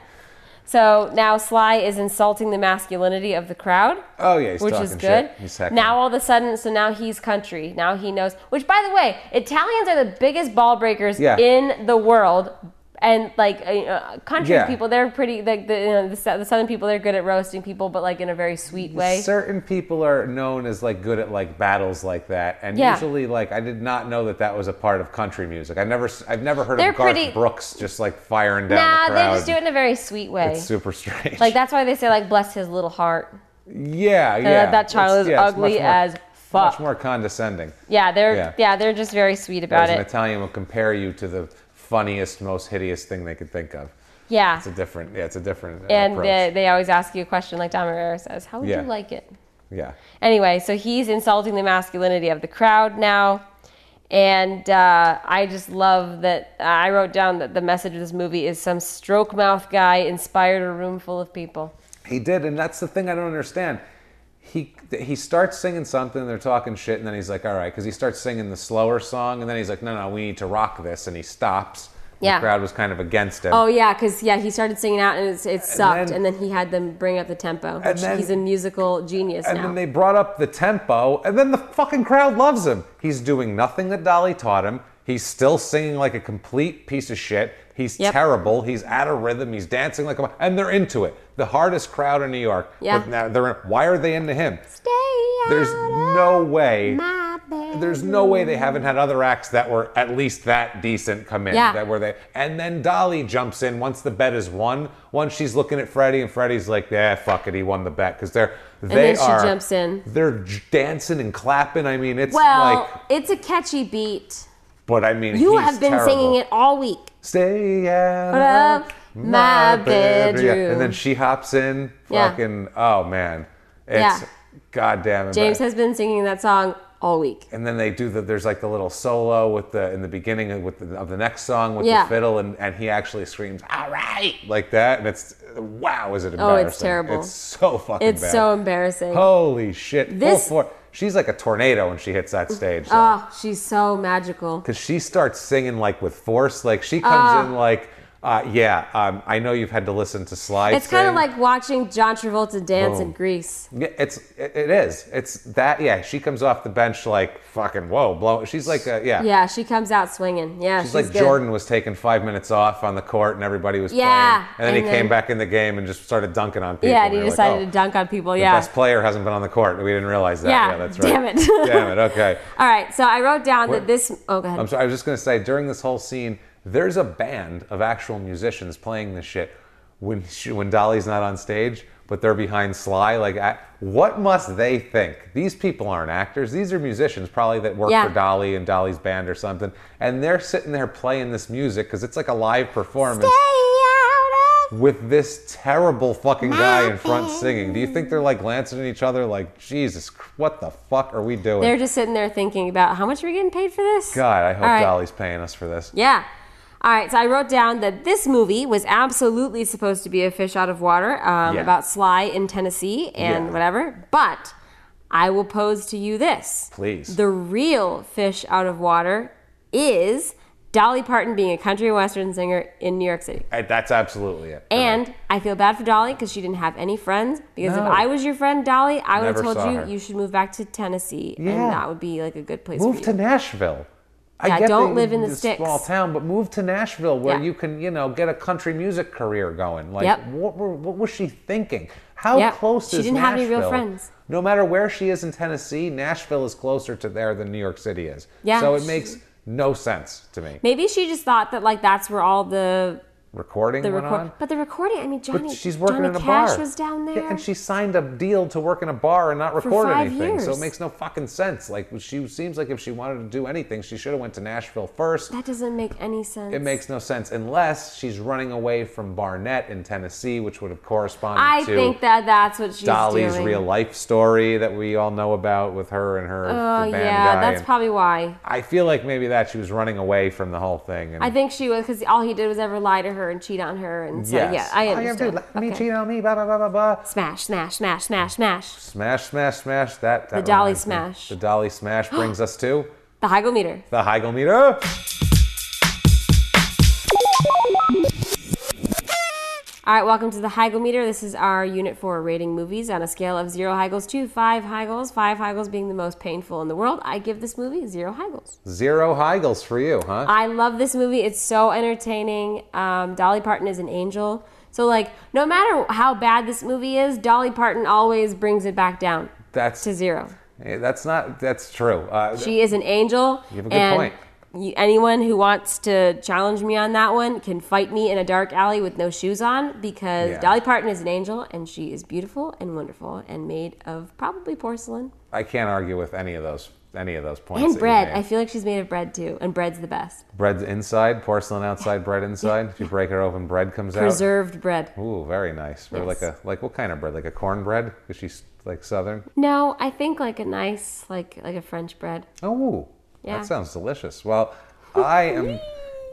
A: So now Sly is insulting the masculinity of the crowd.
B: Oh yeah, he's
A: which
B: talking
A: is good.
B: shit. He's heckling.
A: now all of a sudden, so now he's country. Now he knows. Which, by the way, Italians are the biggest ball breakers
B: Yeah.
A: in the world, and like uh, uh, country
B: Yeah.
A: people, they're pretty. Like the, you know, the sou- the southern people, they're good at roasting people, but like in a very sweet way.
B: Certain people are known as like good at like battles like that, and
A: Yeah.
B: usually like I did not know that that was a part of country music. I never, s- I've never heard
A: They're
B: of Garth
A: pretty-
B: Brooks just like firing down
A: nah,
B: the
A: they
B: crowd.
A: just do it in a very sweet way.
B: It's super strange.
A: like that's why they say like bless his little heart.
B: <laughs> yeah,
A: Uh,
B: yeah.
A: that child
B: It's-
A: is
B: yeah, it's much
A: ugly
B: more-
A: as fuck.
B: Much more condescending.
A: yeah, they're
B: Yeah.
A: yeah. they're just very sweet about
B: Whereas an
A: it.
B: Italian will compare you to the funniest, most hideous thing they could think of.
A: yeah.
B: It's a different, yeah, it's a different uh,
A: and
B: approach.
A: they, they always ask you a question like Don Rivera says, "How would
B: Yeah.
A: you like it?"
B: yeah,
A: Anyway, so he's insulting the masculinity of the crowd now, and uh, I just love that. uh, I wrote down that the message of this movie is some stroke mouth guy inspired a room full of people.
B: he did, and that's the thing I don't understand. He he starts singing something, they're talking shit, and then he's like, "All right," because he starts singing the slower song, and then he's like, "No, no, we need to rock this," and he stops.
A: Yeah.
B: The crowd was kind of against him.
A: Oh yeah, because yeah, he started singing out and it's, it sucked,
B: then-
A: and then, he had them bring up the tempo.
B: And
A: which
B: then-
A: he's a musical genius
B: And
A: now.
B: then they brought up the tempo, and then the fucking crowd loves him. He's doing nothing that Dolly taught him. He's still singing like a complete piece of shit. He's
A: Yep.
B: terrible. He's out of rhythm. He's dancing like a. And they're into it. The hardest crowd in New York.
A: Yeah.
B: But now they're, why are they into him?
A: Stay out
B: There's no way.
A: my bed.
B: There's no way they haven't had other acts that were at least that decent come in.
A: Yeah.
B: That were they. And then Dolly jumps in once the bet is won. Once she's looking at Freddie, and Freddie's like, "Yeah, fuck it, he won the bet." Because they're
A: and then she jumps in.
B: They're j- dancing and clapping. I mean, it's
A: Well,
B: like,
A: it's a catchy beat.
B: but I mean,
A: You
B: he's
A: have been
B: terrible.
A: singing it all week.
B: Stay out
A: Out
B: of
A: of my bedroom.
B: And then she hops in.
A: Yeah.
B: Fucking, oh man, it's
A: Yeah.
B: goddamn.
A: James
B: embar-
A: has been singing that song all week.
B: and then they do the there's like the little solo with the in the beginning of, with the, of the next song with
A: Yeah.
B: the fiddle and, and he actually screams all right like that and it's wow is it
A: Oh,
B: embarrassing
A: it's terrible.
B: it's so fucking
A: It's
B: bad.
A: so embarrassing.
B: holy shit
A: This-
B: Full for, she's like a tornado when she hits that stage because
A: Oh, she's so magical.
B: she starts singing like with force like she comes
A: Ah.
B: in like uh, yeah um, I know you've had to listen to slides
A: It's kind of like watching John Travolta dance in Greece.
B: Yeah, it's it, it is it's that yeah she comes off the bench like fucking whoa blow she's like a,
A: Yeah, she comes out swinging. Yeah, she's,
B: It's like
A: good.
B: Jordan was taking five minutes off on the court and everybody was
A: Yeah,
B: playing. And then
A: and
B: he
A: then-
B: came back in the game and just started dunking on people.
A: Yeah,
B: and
A: and he
B: you're like,
A: decided
B: "Oh,
A: to dunk on people.
B: The
A: Yeah.
B: best player hasn't been on the court. We didn't realize that.
A: Yeah,
B: Yeah, that's right.
A: damn it.
B: damn it. Okay.
A: <laughs> All right, so I wrote down that
B: Wait.
A: this. Oh, go ahead.
B: I'm sorry. I was just going to say during this whole scene, there's a band of actual musicians playing this shit when <laughs> she, when Dolly's not on stage, but they're behind Sly. Like, I, what must they think? These people aren't actors. These are musicians, probably that work
A: Yeah.
B: for Dolly and Dolly's band or something. And they're sitting there playing this music because it's like a live performance. with this terrible fucking guy in front singing. Do you think they're like glancing at each other like, Jesus, what the fuck are we doing?
A: They're just sitting there thinking about how much are we getting paid for this?
B: God, I hope
A: All right.
B: Dolly's paying us for this.
A: Yeah. All right, so I wrote down that this movie was absolutely supposed to be a fish out of water um,
B: Yeah.
A: about Sly in Tennessee and
B: Yeah.
A: whatever, but I will pose to you this.
B: Please.
A: The real fish out of water is Dolly Parton being a country western singer in New York City.
B: Uh, That's absolutely it.
A: And I feel bad for Dolly because she didn't have any friends. Because
B: No.
A: if I was your friend, Dolly, I would have
B: Never
A: told
B: saw
A: you
B: her.
A: you should move back to Tennessee,
B: Yeah.
A: and that would be like a good place
B: move
A: for
B: to
A: you.
B: Nashville. I
A: Yeah,
B: get
A: don't
B: that
A: live in the
B: it's a Small
A: sticks.
B: town, but move to Nashville where
A: Yeah.
B: you can, you know, get a country music career going. Like,
A: Yep.
B: what, were- what was she thinking? How
A: Yep.
B: close
A: She
B: is
A: didn't have any real
B: Nashville?
A: friends.
B: No matter where she is in Tennessee, Nashville is closer to there than New York City is.
A: Yeah,
B: So it
A: she-
B: makes no sense to me.
A: Maybe she just thought that like that's where all the
B: Recording
A: the
B: went
A: record,
B: on.
A: but the recording. I mean, Johnny,
B: But she's working
A: Johnny
B: in a
A: Cash
B: bar.
A: was down
B: Yeah,
A: there.
B: and she signed a deal to work in a bar and not record
A: five
B: anything. So
A: years.
B: it makes no fucking sense. Like she seems like if she wanted to do anything, she should have went to Nashville first.
A: that doesn't make any sense.
B: It makes no sense unless she's running away from Barnett in Tennessee, which would have corresponded
A: I
B: to
A: think that that's what she's
B: Dolly's
A: doing.
B: real life story that we all know about with her and her
A: oh
B: the band
A: yeah,
B: guy.
A: that's
B: And
A: probably why.
B: I feel like maybe that she was running away from the whole thing. And
A: I think she was because all he did was ever lie to her and cheat on her, and so yeah, I
B: All you have to do
A: understand.
B: is Oh, let me
A: Okay.
B: cheat on me. Blah blah blah blah blah.
A: Smash, smash, smash, smash, smash.
B: Smash, smash, smash. That, that
A: The dolly
B: reminds me.
A: smash.
B: The dolly smash brings us to
A: The Heigl meter.
B: the Heigl meter.
A: All right, welcome to the Heigl meter. This is our unit for rating movies on a scale of zero Heigls to five Heigls. Five Heigls being the most painful in the world. I give this movie zero Heigls.
B: Zero Heigls for you, huh?
A: I love this movie. It's so entertaining. Um, Dolly Parton is an angel. So like, no matter how bad this movie is, Dolly Parton always brings it back down
B: that's
A: to zero.
B: eh, that's not that's true. Uh,
A: She is an angel.
B: You have a good
A: and
B: point.
A: You, anyone who wants to challenge me on that one can fight me in a dark alley with no shoes on because
B: Yeah.
A: Dolly Parton is an angel and she is beautiful and wonderful and made of probably porcelain
B: I can't argue with any of those any of those points. that
A: and
B: you
A: bread.
B: made.
A: I feel like she's made of bread too, and bread's the best.
B: Bread's inside, porcelain outside, bread inside. If you break it open, bread comes out.
A: Preserved bread.
B: Ooh, very nice. Or like a
A: Yes.
B: like what kind of bread? Like a cornbread? Because she's like southern.
A: No, I think like a nice like like a French bread.
B: Oh,
A: Yeah.
B: that sounds delicious. Well, I am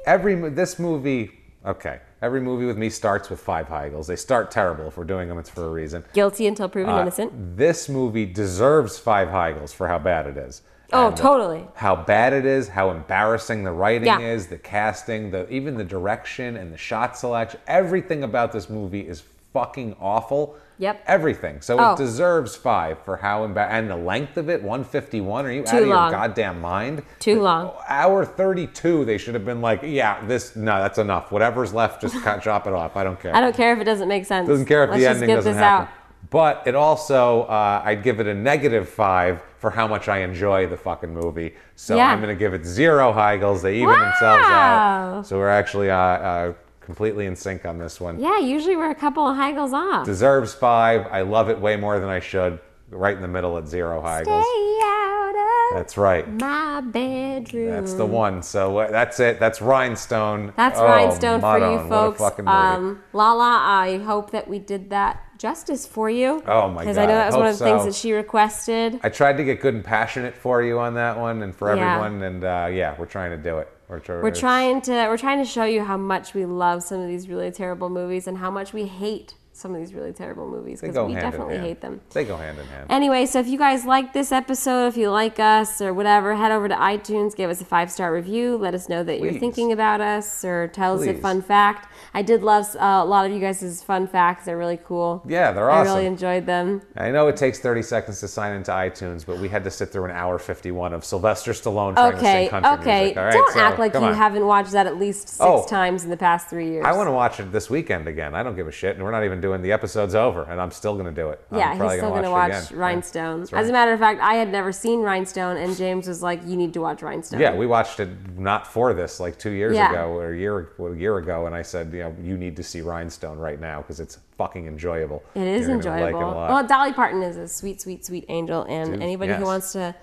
B: every mo- this movie. Okay, every movie with me starts with five Heigls. They start terrible. If we're doing them, it's for a reason.
A: Guilty until proven
B: Uh,
A: innocent.
B: This movie deserves five Heigls for how bad it is.
A: Oh,
B: And
A: totally.
B: How bad it is, how embarrassing the writing
A: Yeah.
B: is, the casting, the even the direction and the shot selection. Everything about this movie is fucking awful.
A: Yep.
B: Everything. So
A: Oh.
B: it deserves five for how embar- and the length of it, 151. Are you out of
A: long.
B: your goddamn mind?
A: Too long.
B: Hour 32, they should have been like, yeah, this, no, that's enough. Whatever's left, just cut, <laughs> chop it off. I don't care.
A: I don't care if it doesn't make sense.
B: Doesn't care if
A: Let's
B: the
A: just
B: ending
A: get
B: doesn't
A: this
B: happen.
A: out.
B: But it also, uh, I'd give it a negative five for how much I enjoy the fucking movie. So
A: Yeah.
B: I'm going to give it zero Heigls. They even themselves out.
A: Wow.
B: So we're actually uh, uh, completely in sync on this one.
A: Yeah, usually we're a couple of Heigls off.
B: Deserves five. I love it way more than I should. Right in the middle at zero Heigls.
A: Stay out of
B: That's right.
A: my bedroom.
B: That's the one. So uh, that's it. That's Rhinestone.
A: That's
B: Oh,
A: Rhinestone for
B: Madonna,
A: you folks.
B: What a fucking movie.
A: Um, Lala, I hope that we did that justice for you.
B: Oh my
A: Because I
B: God,
A: know
B: I
A: that was one
B: hope
A: of the things
B: so.
A: that she requested.
B: I tried to get good and passionate for you on that one and for
A: Yeah.
B: everyone. And uh, yeah, we're trying to do it. We're, try-
A: We're trying to we're trying to show you how much we love some of these really terrible movies and how much we hate some of these really terrible movies
B: They
A: because
B: go
A: we
B: hand
A: definitely
B: in hand.
A: hate them.
B: They go hand in hand.
A: Anyway, so if you guys like this episode, if you like us or whatever, head over to iTunes, give us a five star review, let us know that you're
B: Please.
A: thinking about us, or tell us a
B: Please.
A: fun fact. I did love uh, a lot of you guys' fun facts; they're really cool.
B: Yeah, they're
A: I really
B: awesome.
A: enjoyed them.
B: I know it takes 30 seconds to sign into iTunes, but we had to sit through an hour 51 of Sylvester Stallone trying to
A: Okay,
B: sing country
A: okay.
B: music. All right,
A: Don't
B: so,
A: act like you
B: come on.
A: haven't watched that at least six
B: Oh.
A: times in the past three years.
B: I want to watch it this weekend again. I don't give a shit, and we're not even doing the episode's over, and I'm still going to do it.
A: Yeah,
B: I'm
A: he's
B: probably
A: still
B: gonna
A: going to
B: watch,
A: watch,
B: it again.
A: Rhinestone.
B: That's right.
A: As a matter of fact, I had never seen Rhinestone, and James was like, "You need to watch Rhinestone."
B: Yeah, we watched it not for this like two years
A: Yeah.
B: ago or a year well, a year ago, and I said, you know, you need to see Rhinestone right now because it's fucking enjoyable.
A: It is
B: You're gonna
A: enjoyable.
B: Like it a lot.
A: well, Dolly Parton is a sweet, sweet, sweet angel, and
B: Dude,
A: anybody who
B: yes.
A: wants to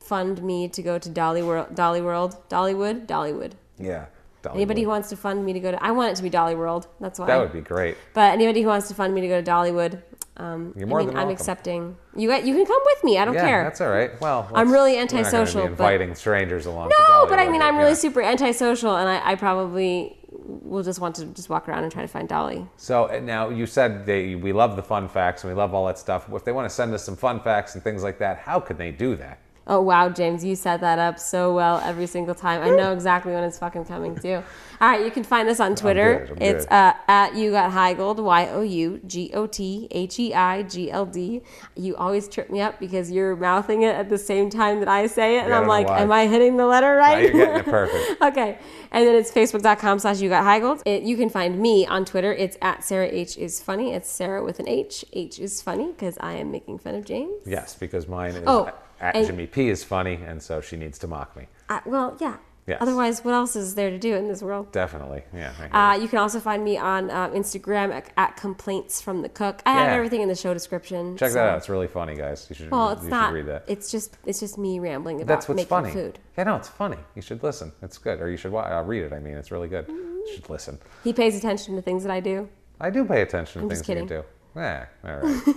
A: fund me to go to Dolly World, Dolly World, Dollywood, Dollywood.
B: yeah. Dollywood.
A: Anybody who wants to fund me to go to, I want it to be Dolly World. That's why.
B: that would be great.
A: But anybody who wants to fund me to go to Dollywood, um,
B: You're more
A: I mean,
B: than
A: I'm
B: welcome.
A: accepting. You got, you can come with me. I don't
B: yeah,
A: care.
B: that's all right. Well,
A: I'm
B: let's-
A: really
B: we're not gonna be
A: antisocial, but-
B: inviting strangers along.
A: No,
B: to
A: but I mean,
B: Dollywood,
A: I'm really
B: yeah.
A: super antisocial, and I, I probably will just want to just walk around and try to find Dolly.
B: So and now you said they, we love the fun facts and we love all that stuff. If they want to send us some fun facts and things like that, how could they do that?
A: Oh wow, James, you set that up so well every single time. I know exactly when it's fucking coming too. All right, you can find us on Twitter.
B: good, I'm
A: it's
B: good.
A: uh, at you got Heigold, Y O U G O T H E I G L D. You always trip me up because you're mouthing it at the same time that I say it, and
B: Yeah, I
A: I'm
B: don't know
A: like,
B: why.
A: am I hitting the letter right?
B: Now you're
A: <laughs>
B: getting it perfect.
A: okay. And then it's facebook.com slash you got Heigold. It, you can find me on Twitter. It's at Sarah H is funny. It's Sarah with an H. H is funny because I am making fun of James.
B: Yes, because mine is
A: Oh,
B: at
A: and-
B: Jimmy P is funny, and so she needs to mock me.
A: I, well, yeah.
B: Yes.
A: Otherwise, what else is there to do in this world?
B: Definitely. Yeah. I hear you.
A: Uh, you can also find me on uh, Instagram at, at complaints from the cook. I have
B: Yeah.
A: everything in the show description.
B: Check
A: so-
B: that out. It's really funny, guys. You should,
A: Well, it's
B: you
A: not.
B: should read that.
A: It's just it's just me rambling about
B: That's what's
A: making
B: funny.
A: food.
B: Yeah, no, it's funny. You should listen. It's good. Or you should wa- uh, read it. I mean, it's really good. You should listen.
A: He pays attention to things that I do.
B: I do pay attention to
A: I'm
B: things
A: just
B: you
A: kidding.
B: do. Yeah, all right. <laughs>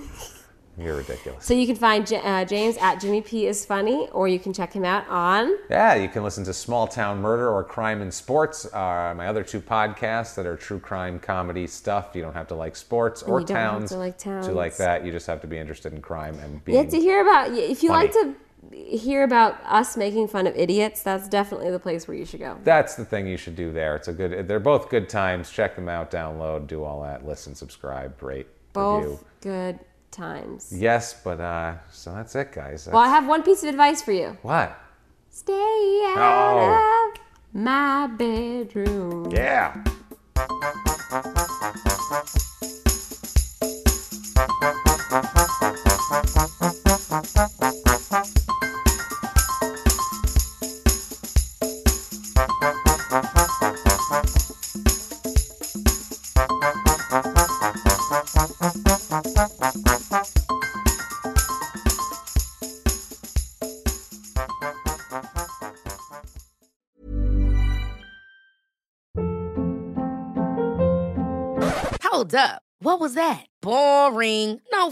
B: You're ridiculous.
A: So you can find J- uh, James at Jimmy P is funny, or you can check him out on.
B: Yeah, you can listen to Small Town Murder or Crime and Sports, uh, my other two podcasts that are true crime comedy stuff. You don't have to like sports or
A: you don't have
B: towns,
A: to like towns.
B: like that. You just have to be interested in crime and
A: You
B: being
A: have to hear about if you like to hear about us making fun of idiots. That's definitely the place where you should go.
B: that's the thing you should do there. It's a good. They're both good times. Check them out. Download. Do all that. Listen. Subscribe. Rate.
A: Both
B: Review.
A: good times.
B: Yes, but uh, so that's it, guys.
A: Well, I have one piece of advice for you.
B: what?
A: Stay out
B: Oh.
A: of my bedroom.
B: Yeah.
C: Hold up. What was that? Boring. No